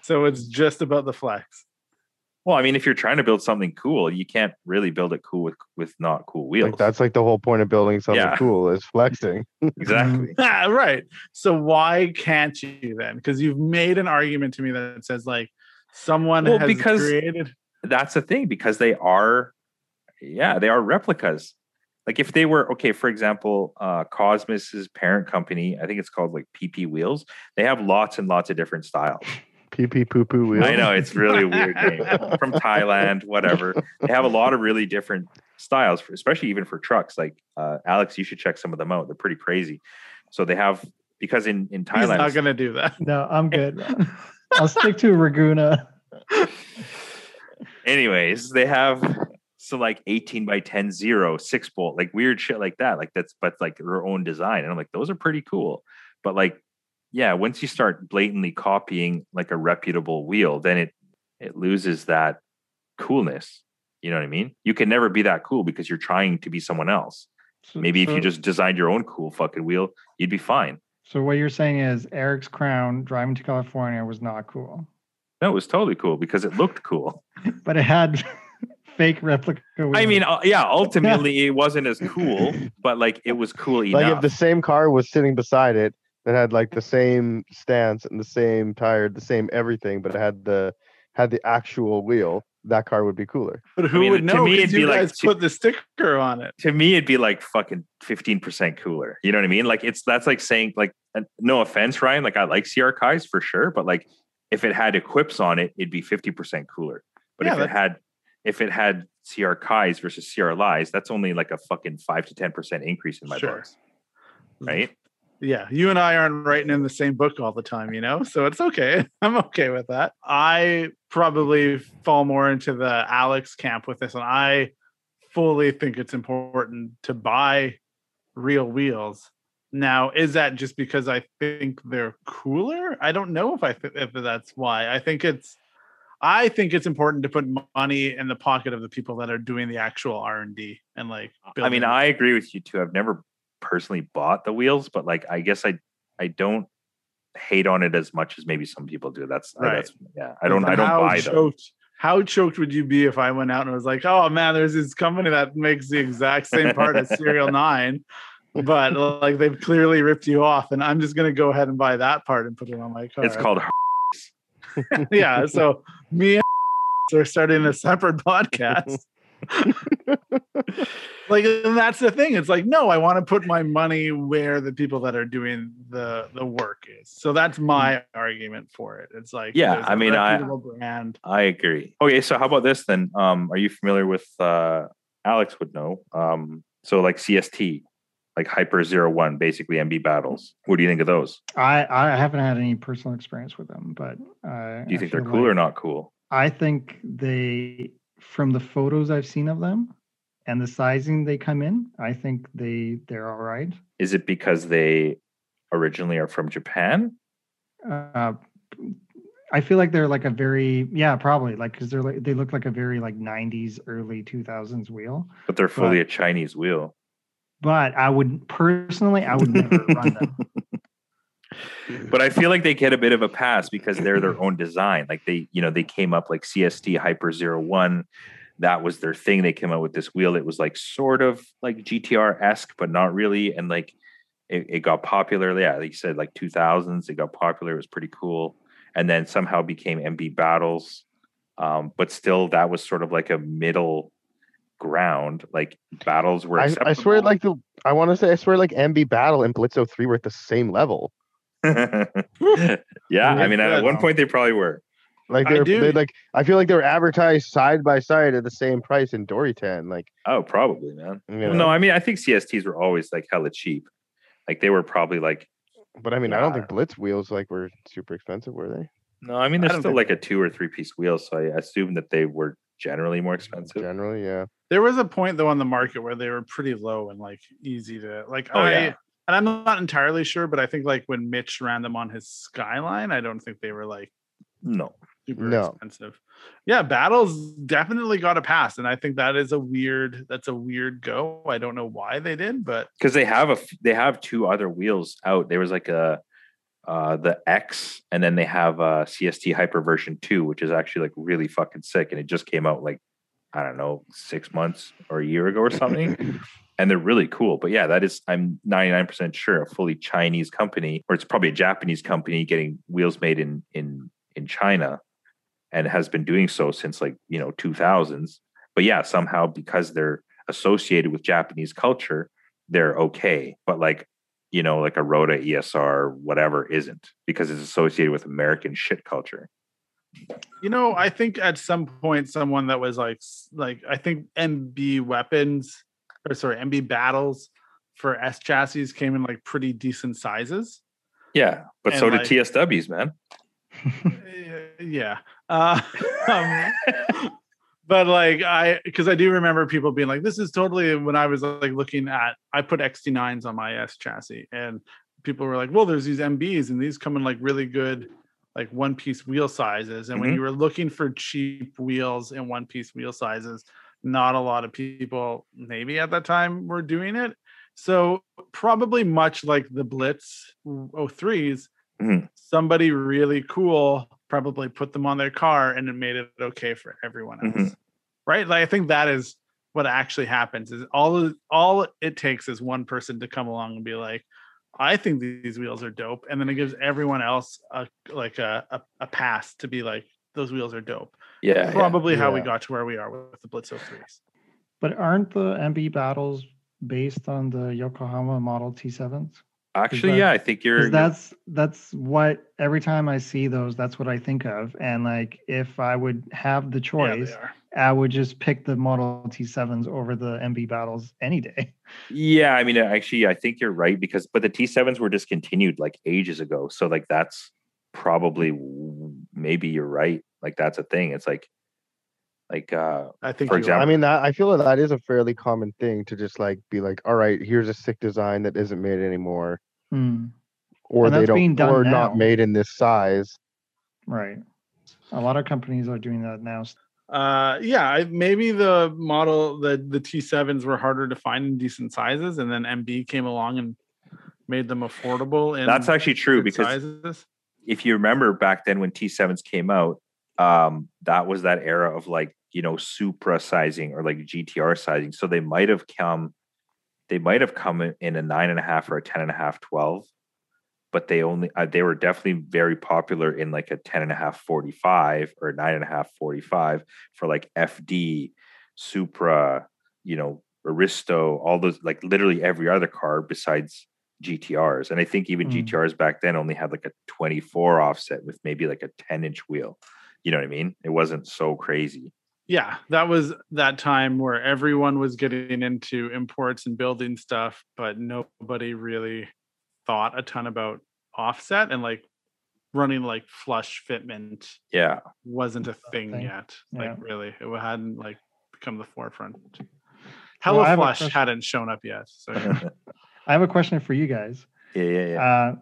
S4: So it's just about the flex.
S3: Well, I mean, if you're trying to build something cool, you can't really build it cool with with not cool wheels.
S2: like that's like the whole point of building something
S3: Yeah.
S2: cool is flexing
S3: exactly.
S4: Ah, right. So why can't you then? Because you've made an argument to me that says like someone
S3: Well,
S4: has
S3: because-
S4: created
S3: that's the thing because they are yeah they are replicas like if they were okay for example uh cosmos's parent company i think it's called like pp wheels they have lots and lots of different styles
S2: pee pee poo poo wheels
S3: i know it's really a weird name from thailand whatever they have a lot of really different styles for, especially even for trucks like uh alex you should check some of them out they're pretty crazy so they have because in in
S4: he's
S3: thailand
S4: not gonna do that.
S5: No, I'm good. I'll stick to Raguna.
S3: anyways they have so like 18 by 10 0 6 bolt like weird shit like that like that's but like their own design and i'm like those are pretty cool but like yeah once you start blatantly copying like a reputable wheel then it it loses that coolness you know what i mean you can never be that cool because you're trying to be someone else
S5: So-
S3: maybe if
S5: so-
S3: you just designed your own cool fucking wheel you'd be fine
S5: So what you're saying is Eric's crown driving to California was not cool,
S3: no it was totally cool because it looked cool
S5: but it had fake replica.
S3: I
S5: wheels.
S3: mean, uh, yeah, ultimately it wasn't as cool, but like it was cool enough.
S2: like if the same car was sitting beside it that had like the same stance and the same tire the same everything but it had the had the actual wheel that car would be cooler
S4: But who
S3: mean,
S4: would
S3: to
S4: know?
S3: me,
S4: Because
S3: it'd be
S4: you
S3: like
S4: guys
S3: two-
S4: put the sticker on it.
S3: to me, it'd be like fucking fifteen percent cooler. You know what I mean? Like it's that's like saying like and no offense, Ryan. Like I like CR Kais for sure, but like if it had equips on it, it'd be fifty percent cooler. But
S4: Yeah,
S3: if it
S4: that's-
S3: had if it had CR Kais versus CR Lies, that's only like a fucking five to ten percent increase in my
S4: Sure.
S3: books, right?
S4: yeah, you and I aren't writing in the same book all the time, you know? So it's okay. I'm okay with that. I probably fall more into the Alex camp with this, and I fully think it's important to buy real wheels. Now, is that just because I think they're cooler? I don't know if I th- if that's why. I think it's I think it's important to put money in the pocket of the people that are doing the actual R&D and like
S3: I mean,
S4: building-
S3: I agree with you too. I've never personally bought the wheels, but like I guess I I don't hate on it as much as maybe some people do. That's
S4: Right.
S3: that's yeah. I don't I don't
S4: How
S3: buy them.
S4: choked, How choked would you be if I went out and was like, "Oh man, there's this company that makes the exact same part as Serial Nine, but like they've clearly ripped you off, and I'm just gonna go ahead and buy that part and put it on my car."
S3: It's called
S4: yeah. So me and are starting a separate podcast. like and that's the thing it's like no i want to put my money where the people that are doing the the work is so that's my argument for it it's like
S3: Hmm. Yeah,
S4: there's
S3: I
S4: a
S3: mean, I-
S4: reputable brand
S3: I agree. Okay, so how about this then? Um, are you familiar with uh, Alex would know? Um, so like CST, like Hyper Zero One, basically MB battles. What do you think of those?
S5: I I haven't had any personal experience with them, but uh,
S3: Do you
S5: I
S3: think they're
S5: feel
S3: cool or
S5: like-
S3: not cool?
S5: I think they, from the photos I've seen of them, and the sizing they come in, I think they they're all right.
S3: Is it because they originally are from Japan?
S5: Uh, I feel like they're like a very yeah probably like because they're like they look like a very like '90s early 2000s wheel.
S3: But they're fully a
S5: Right.
S3: Chinese wheel.
S5: But I would personally I would never run them.
S3: But I feel like they get a bit of a pass because they're their own design. Like they, you know, they came up like CST Hyper Zero One. That was their thing. They came out with this wheel. It was like sort of like GTR esque, but not really. And like it, it got popular. Yeah, like you said, like 2000s, it got popular. It was pretty cool. And then somehow became MB Battles. Um, but still, that was sort of like a middle ground. Like battles were
S2: I,
S3: acceptable.
S2: I swear, like the I want to say I swear, like MB Battle and Blitzo Three were at the same level.
S3: yeah, I mean, at one point they probably were.
S2: Like
S4: I
S2: they're
S4: do.
S2: they like I feel like they were advertised side by side at the same price in Dorytan. Like
S3: Oh, probably, man.
S2: you
S3: Well,
S2: know,
S3: no, I mean, I think CSTs were always like hella cheap. Like they were probably like
S2: but I mean I don't
S3: yeah.
S2: think Blitz wheels like were super expensive, were they?
S3: no, I mean they're
S4: I don't
S3: still like
S4: think
S3: a two or three piece wheel, so I assume that they were generally more expensive.
S2: Generally, yeah.
S4: There was a point though on the market where they were pretty low and like easy to like.
S3: Oh,
S4: I
S3: yeah.
S4: and I'm not entirely sure, but I think like when Mitch ran them on his Skyline, I don't think they were like
S3: No,
S4: super
S2: No.
S4: expensive. Yeah, battles definitely got a pass, and I think that is a weird. That's a weird go. I don't know why they did, but
S3: because they have a f- they have two other wheels out. There was like a uh the X, and then they have uh CST Hyper version two, which is actually like really fucking sick, and it just came out like I don't know six months or a year ago or something. and they're really cool. But yeah, that is I'm 99% sure a fully Chinese company, or it's probably a Japanese company getting wheels made in in in China, and has been doing so since like you know 2000s. But yeah, somehow because they're associated with Japanese culture, they're okay. But like you know, like a Rota ESR, whatever, isn't because it's associated with American shit culture.
S4: You know, I think at some point someone that was like s- like I think MB weapons or sorry, MB battles for S chassis came in like pretty decent sizes.
S3: Yeah, but
S4: And
S3: so
S4: like-
S3: did TSWs, man.
S4: Uh, yeah. Uh, um, but like I because I do remember people being like, this is totally when I was like looking at I put XT9s on my S chassis and people were like, well, there's these MBs and these come in like really good like one piece wheel sizes. And when
S3: Mhm.
S4: you were looking for cheap wheels and one piece wheel sizes, not a lot of people maybe at that time were doing it. So probably much like the Blitz 03s,
S3: Mhm.
S4: somebody really cool probably put them on their car and it made it okay for everyone else.
S3: Mhm.
S4: Right? Like I think that is what actually happens is all all it takes is one person to come along and be like, I think these wheels are dope. And then it gives everyone else a like a a, a pass to be like, those wheels are dope.
S3: Yeah, yeah.
S4: Probably how we
S2: Yeah.
S4: got to where we are with the Blitzo threes.
S5: But aren't the MB battles based on the Yokohama Model T7s?
S3: Actually,
S5: that-
S3: yeah, I think you're.
S5: because that's that's what every time I see those, that's what I think of. And like, if I would have the
S4: Yeah, they
S5: choice,
S4: are.
S5: I would just pick the Model T7s over the MV battles any day.
S3: yeah, I mean, actually, I think you're right because, but the T7s were discontinued like ages ago. So, like, that's probably maybe you're right. Like, that's a thing. It's like, like, uh,
S4: I think
S3: For
S4: you are.
S3: example-
S2: I mean, that I feel that that is a fairly common thing to just like be like, all right, here's a sick design that isn't made anymore,
S5: Hmm,
S2: or
S5: And
S2: they
S5: that's being
S2: don't,
S5: done
S2: or
S5: now.
S2: not made in this size.
S5: right. A lot of companies are doing that now.
S4: Uh, yeah, I, maybe the model the the T7s were harder to find in decent sizes, and then MB came along and made them affordable. And
S3: that's actually true because
S4: sizes.
S3: if you remember back then when T7s came out, um, that was that era of like, you know, Supra sizing or like GTR sizing. So they might have come, they might have come in- in a nine and a half or a 10 and a half, 12, but they only, uh, they were definitely very popular in like a 10 and a half, 45 or nine and a half, 45 for like FD, Supra, you know, Aristo, all those, like literally every other car besides GTRs. And I think even
S5: Mm.
S3: GTRs back then only had like a 24 offset with maybe like a 10 inch wheel. You know what I mean? It wasn't so crazy.
S4: yeah, that was that time where everyone was getting into imports and building stuff, but nobody really thought a ton about offset and like running like flush fitment
S3: Yeah.
S4: wasn't a thing,
S5: thing.
S4: yet.
S5: Yeah.
S4: Like really, it hadn't like become the forefront.
S5: Well, I have a
S4: HelloFlush
S5: question.
S4: hadn't shown up yet. So
S3: yeah.
S5: I have a question for you guys.
S3: Yeah. Yeah.
S5: Uh,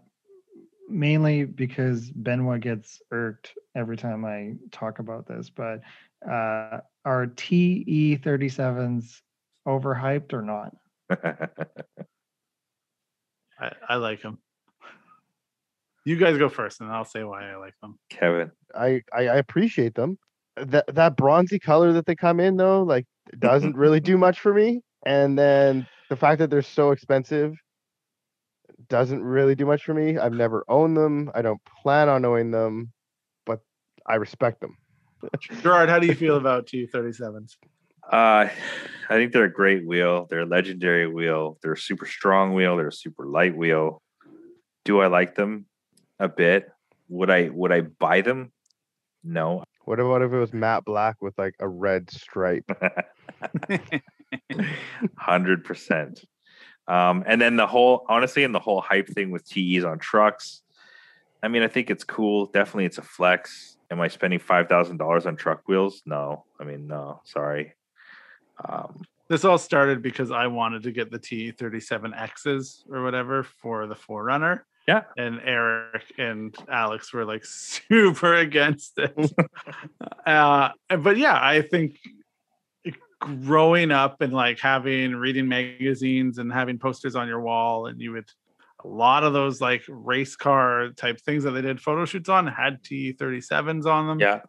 S5: mainly because Benoit gets irked every time I talk about this, but uh, are TE37s overhyped or not?
S4: I, I like them. You guys go first, and I'll say why I like them.
S3: Kevin.
S2: I, I I appreciate them. That that bronzy color that they come in though, like doesn't really do much for me. And then the fact that they're so expensive doesn't really do much for me. I've never owned them. I don't plan on owning them, but I respect them.
S4: Gerard, how do you feel about T37s?
S3: Uh, I think they're a great wheel. They're a legendary wheel. They're a super strong wheel. They're a super light wheel. Do I like them? A bit. Would I would I buy them? No.
S2: What about if it was matte black with like a red stripe?
S3: Hundred percent. Um, and then the whole honestly, and the whole hype thing with TEs on trucks. I mean, I think it's cool. Definitely, it's a flex. Am I spending five thousand dollars on truck wheels? No. I mean, no. Sorry. Um,
S4: This all started because I wanted to get the T37Xs or whatever for the Forerunner.
S3: Yeah.
S4: And Eric and Alex were like super against it. uh, but yeah, I think growing up and like having reading magazines and having posters on your wall, and you would a lot of those like race car type things that they did photo shoots on had T37s on them
S3: yeah.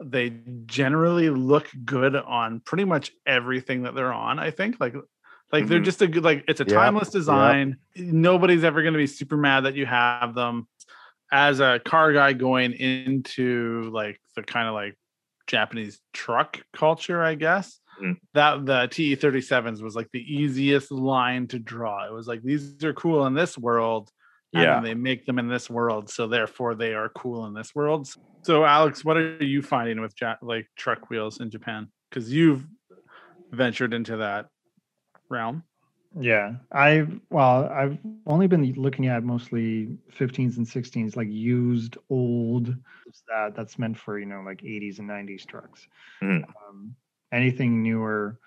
S4: they generally look good on pretty much everything that they're on i think like like they're
S3: Mhm.
S4: just a good like it's a
S2: Mm-hmm. Yep,
S4: timeless design nobody's ever going to be super mad that you have them as a car guy going into like the kind of like japanese truck culture i guess
S3: Mm.
S4: that the te37s was like the easiest line to draw it was like these are cool in this world and
S3: Yeah.
S4: then they make them in this world so therefore they are cool in this world so alex what are you finding with ja- like truck wheels in japan because you've ventured into that realm
S5: Yeah, I've well, I've only been looking at mostly 15s and 16s, like used old that that's meant for you know like 80s and 90s trucks.
S3: Mhm.
S5: Um, anything newer,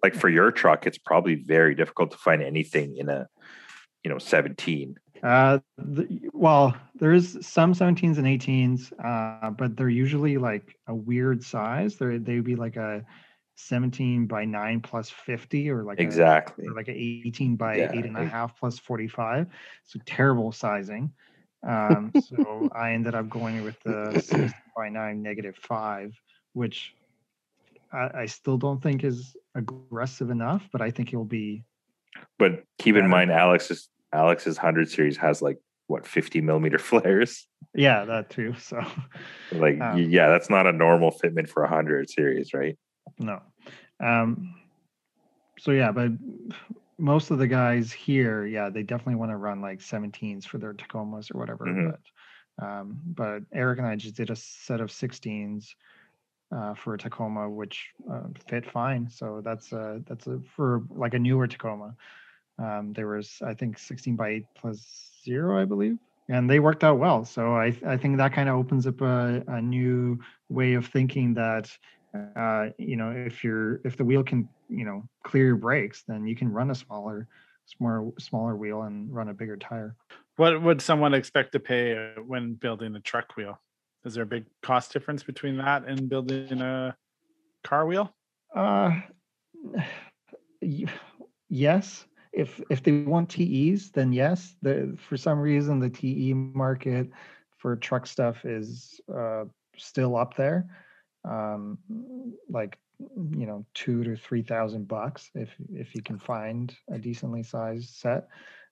S3: Like for your truck, it's probably very difficult to find anything in a you know seventeen.
S5: Uh, the, well, there is some 17s and 18s, uh, but they're usually like a weird size. They they would be like a 17 by 9 plus 50, or like
S3: Exactly.
S5: a, or like a 18 by
S3: Yeah,
S5: eight and a
S3: I-
S5: half plus 45. So terrible sizing. Um, so I ended up going with the 16 by 9 negative 5, which I, I still don't think is aggressive enough, but I think it'll be
S3: But keep in
S5: Better.
S3: mind, Alex's Alex's hundred series has like what fifty millimeter flares.
S5: yeah, that too. So
S3: Like,
S5: Ah.
S3: y- yeah, that's not a normal fitment for a hundred series, right?
S5: No. Um, so yeah, but most of the guys here, yeah, they definitely want to run like 17s for their Tacomas or whatever.
S3: Mhm.
S5: But um, but Eric and I just did a set of 16s uh, for a Tacoma, which uh, fit fine. So that's uh that's a, for like a newer Tacoma. Um, there was I think 16 by 8 plus zero, I believe, and they worked out well. So I I think that kind of opens up a, a new way of thinking that uh, you know, if you're if the wheel can, you know, clear your brakes, then you can run a smaller, smaller, smaller wheel and run a bigger tire.
S4: What would someone expect to pay uh, when building a truck wheel? Is there a big cost difference between that and building a car wheel?
S5: Uh, y- yes. If if they want TEs, then yes. The, for some reason, the TE market for truck stuff is uh, still up there, um, like you know, two to three thousand bucks if if you can find a decently sized set.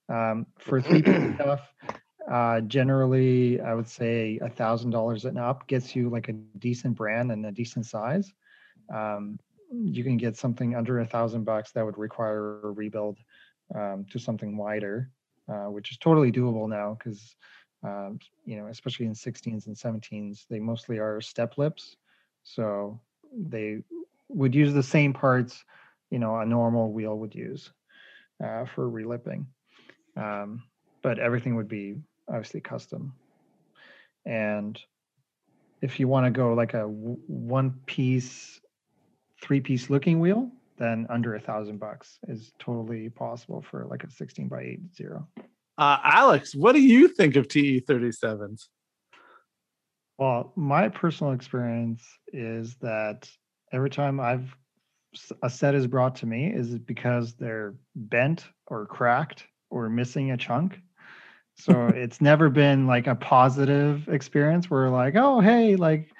S5: Um, for three stuff, uh, generally, I would say a thousand dollars and up gets you like a decent brand and a decent size. Um, you can get something under a thousand bucks that would require a rebuild um, to something wider, uh, which is totally doable now because um, you know, especially in 16s and 17s, they mostly are step lips, so they would use the same parts, you know, a normal wheel would use uh, for relipping, um, but everything would be obviously custom. And if you want to go like a w- one piece three piece looking wheel, then under a thousand bucks is totally possible for like a 16 by 8 zero.
S4: Uh, Alex, what do you think of E TE 37s?
S5: Well, my personal experience is that every time I've s- a set is brought to me is because they're bent or cracked or missing a chunk. So it's never been like a positive experience where like, oh hey, like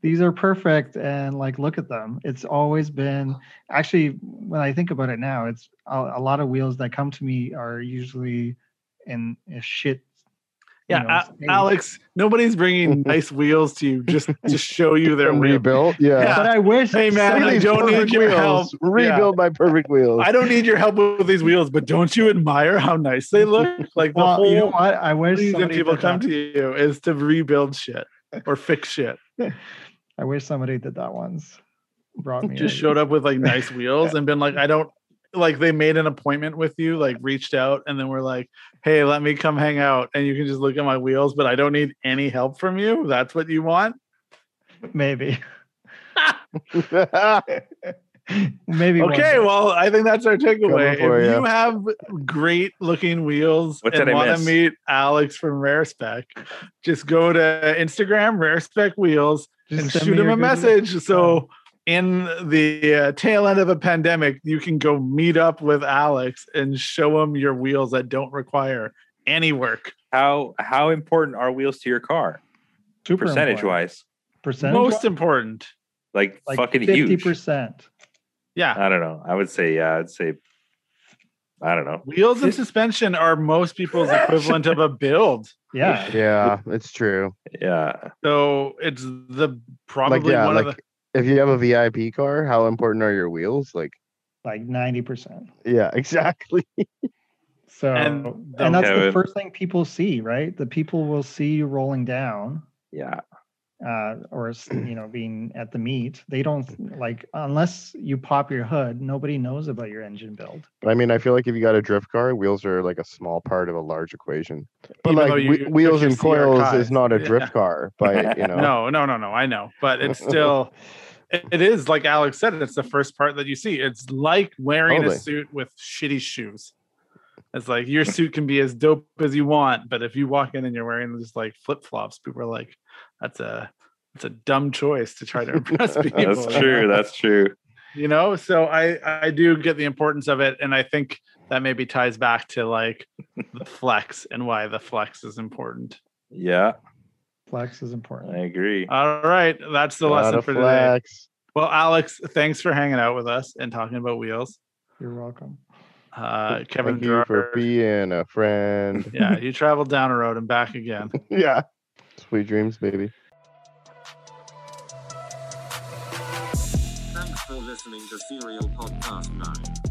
S5: these are perfect and like look at them. It's always been
S4: Uh-huh.
S5: actually when I think about it now, it's a, a lot of wheels that come to me are usually in a shit. you
S4: Yeah,
S5: know,
S4: A-
S5: state.
S4: Alex, nobody's bringing nice wheels to you just to show you their
S2: Them
S4: wheel.
S2: rebuilt. Yeah.
S4: Yeah.
S5: But I wish
S4: Hey, man,
S2: Look at
S4: I
S2: these
S4: don't need
S2: perfect
S4: your
S2: wheels. Rebuild my perfect wheels.
S4: I don't need your help with these wheels, but don't you admire how nice they look? Like the
S5: well,
S4: whole
S5: you know what? I wish
S4: reason
S5: somebody
S4: people
S5: did
S4: come
S5: that.
S4: to you is to rebuild shit or fix shit.
S5: I wish somebody did that once. Brought me.
S4: Just
S5: a-
S4: showed up with like nice wheels and been like, I don't like they made an appointment with you, like reached out, and then we're like, hey, let me come hang out and you can just look at my wheels, but I don't need any help from you. That's what you want.
S5: maybe,
S2: yeah.
S5: maybe. one
S4: Okay,
S5: day.
S4: well, I think that's our takeaway. If
S2: for
S4: you.
S2: ya.
S4: have great looking wheels
S3: What
S4: and
S3: did I
S4: want to
S3: miss?
S4: meet Alex from Rare Spec, just go to Instagram, Rare Spec Wheels,
S5: Just
S4: and
S5: send
S4: shoot
S5: me
S4: him
S5: your
S4: a
S5: Google-
S4: message. So, in the uh, tail end of a pandemic, you can go meet up with Alex and show him your wheels that don't require any work.
S3: How how important are wheels to your car?
S5: Super
S3: Percentage
S5: important.
S3: wise,
S5: percentage
S4: Most important.
S3: like,
S5: like
S3: fucking
S5: fifty
S3: huge.
S5: percent.
S4: Yeah.
S3: I don't know. I would say yeah. I'd say I don't know.
S4: Wheels and
S3: Fif-
S4: suspension are most people's equivalent of a build.
S5: Yeah,
S2: it's true.
S3: Yeah,
S4: So it's the probably
S2: yeah,
S4: one of
S2: like-
S4: the
S2: If you have a VIP car, how important are your wheels? Like,
S5: like ninety percent.
S2: yeah, exactly.
S5: So
S4: And
S5: and,
S4: the-
S5: that's
S3: Kevin.
S5: the first thing people see, right? The people will see you rolling down
S3: yeah.
S5: uh, or s- you know being at the meet. They don't like unless you pop your hood. Nobody knows about your engine build.
S2: But I mean, I feel like if you got a drift car, wheels are like a small part of a large equation. But
S4: Even though
S2: like
S4: you-
S2: whe-
S4: you
S2: wheels
S4: took
S2: and
S4: your
S2: coils
S4: CRKs.
S2: is not a drift
S4: Yeah.
S2: car, but you know.
S4: no, no, no, no. I know, but it's still it- it is like Alex said. It's the first part that you see. It's like wearing a
S2: Totally.
S4: suit with shitty shoes. It's like your suit can be as dope as you want, but if you walk in and you're wearing just like flip flops, people are like, "That's a that's a dumb choice to try to impress people."
S3: That's true. That's true.
S4: you know so i i do get the importance of it and i think that maybe ties back to like the flex and why the flex is important
S3: Yeah,
S5: Flex is important.
S3: I agree.
S4: all right that's the
S2: Gotta
S4: lesson for today
S2: flex.
S4: well alex thanks for hanging out with us and talking about wheels
S5: You're welcome.
S4: uh kevin
S2: Thank you for
S4: Gerard.
S2: being a friend.
S4: yeah you traveled down a road and back again
S2: yeah. Sweet dreams, baby.
S1: Thanks for listening to Serial Podcast 9.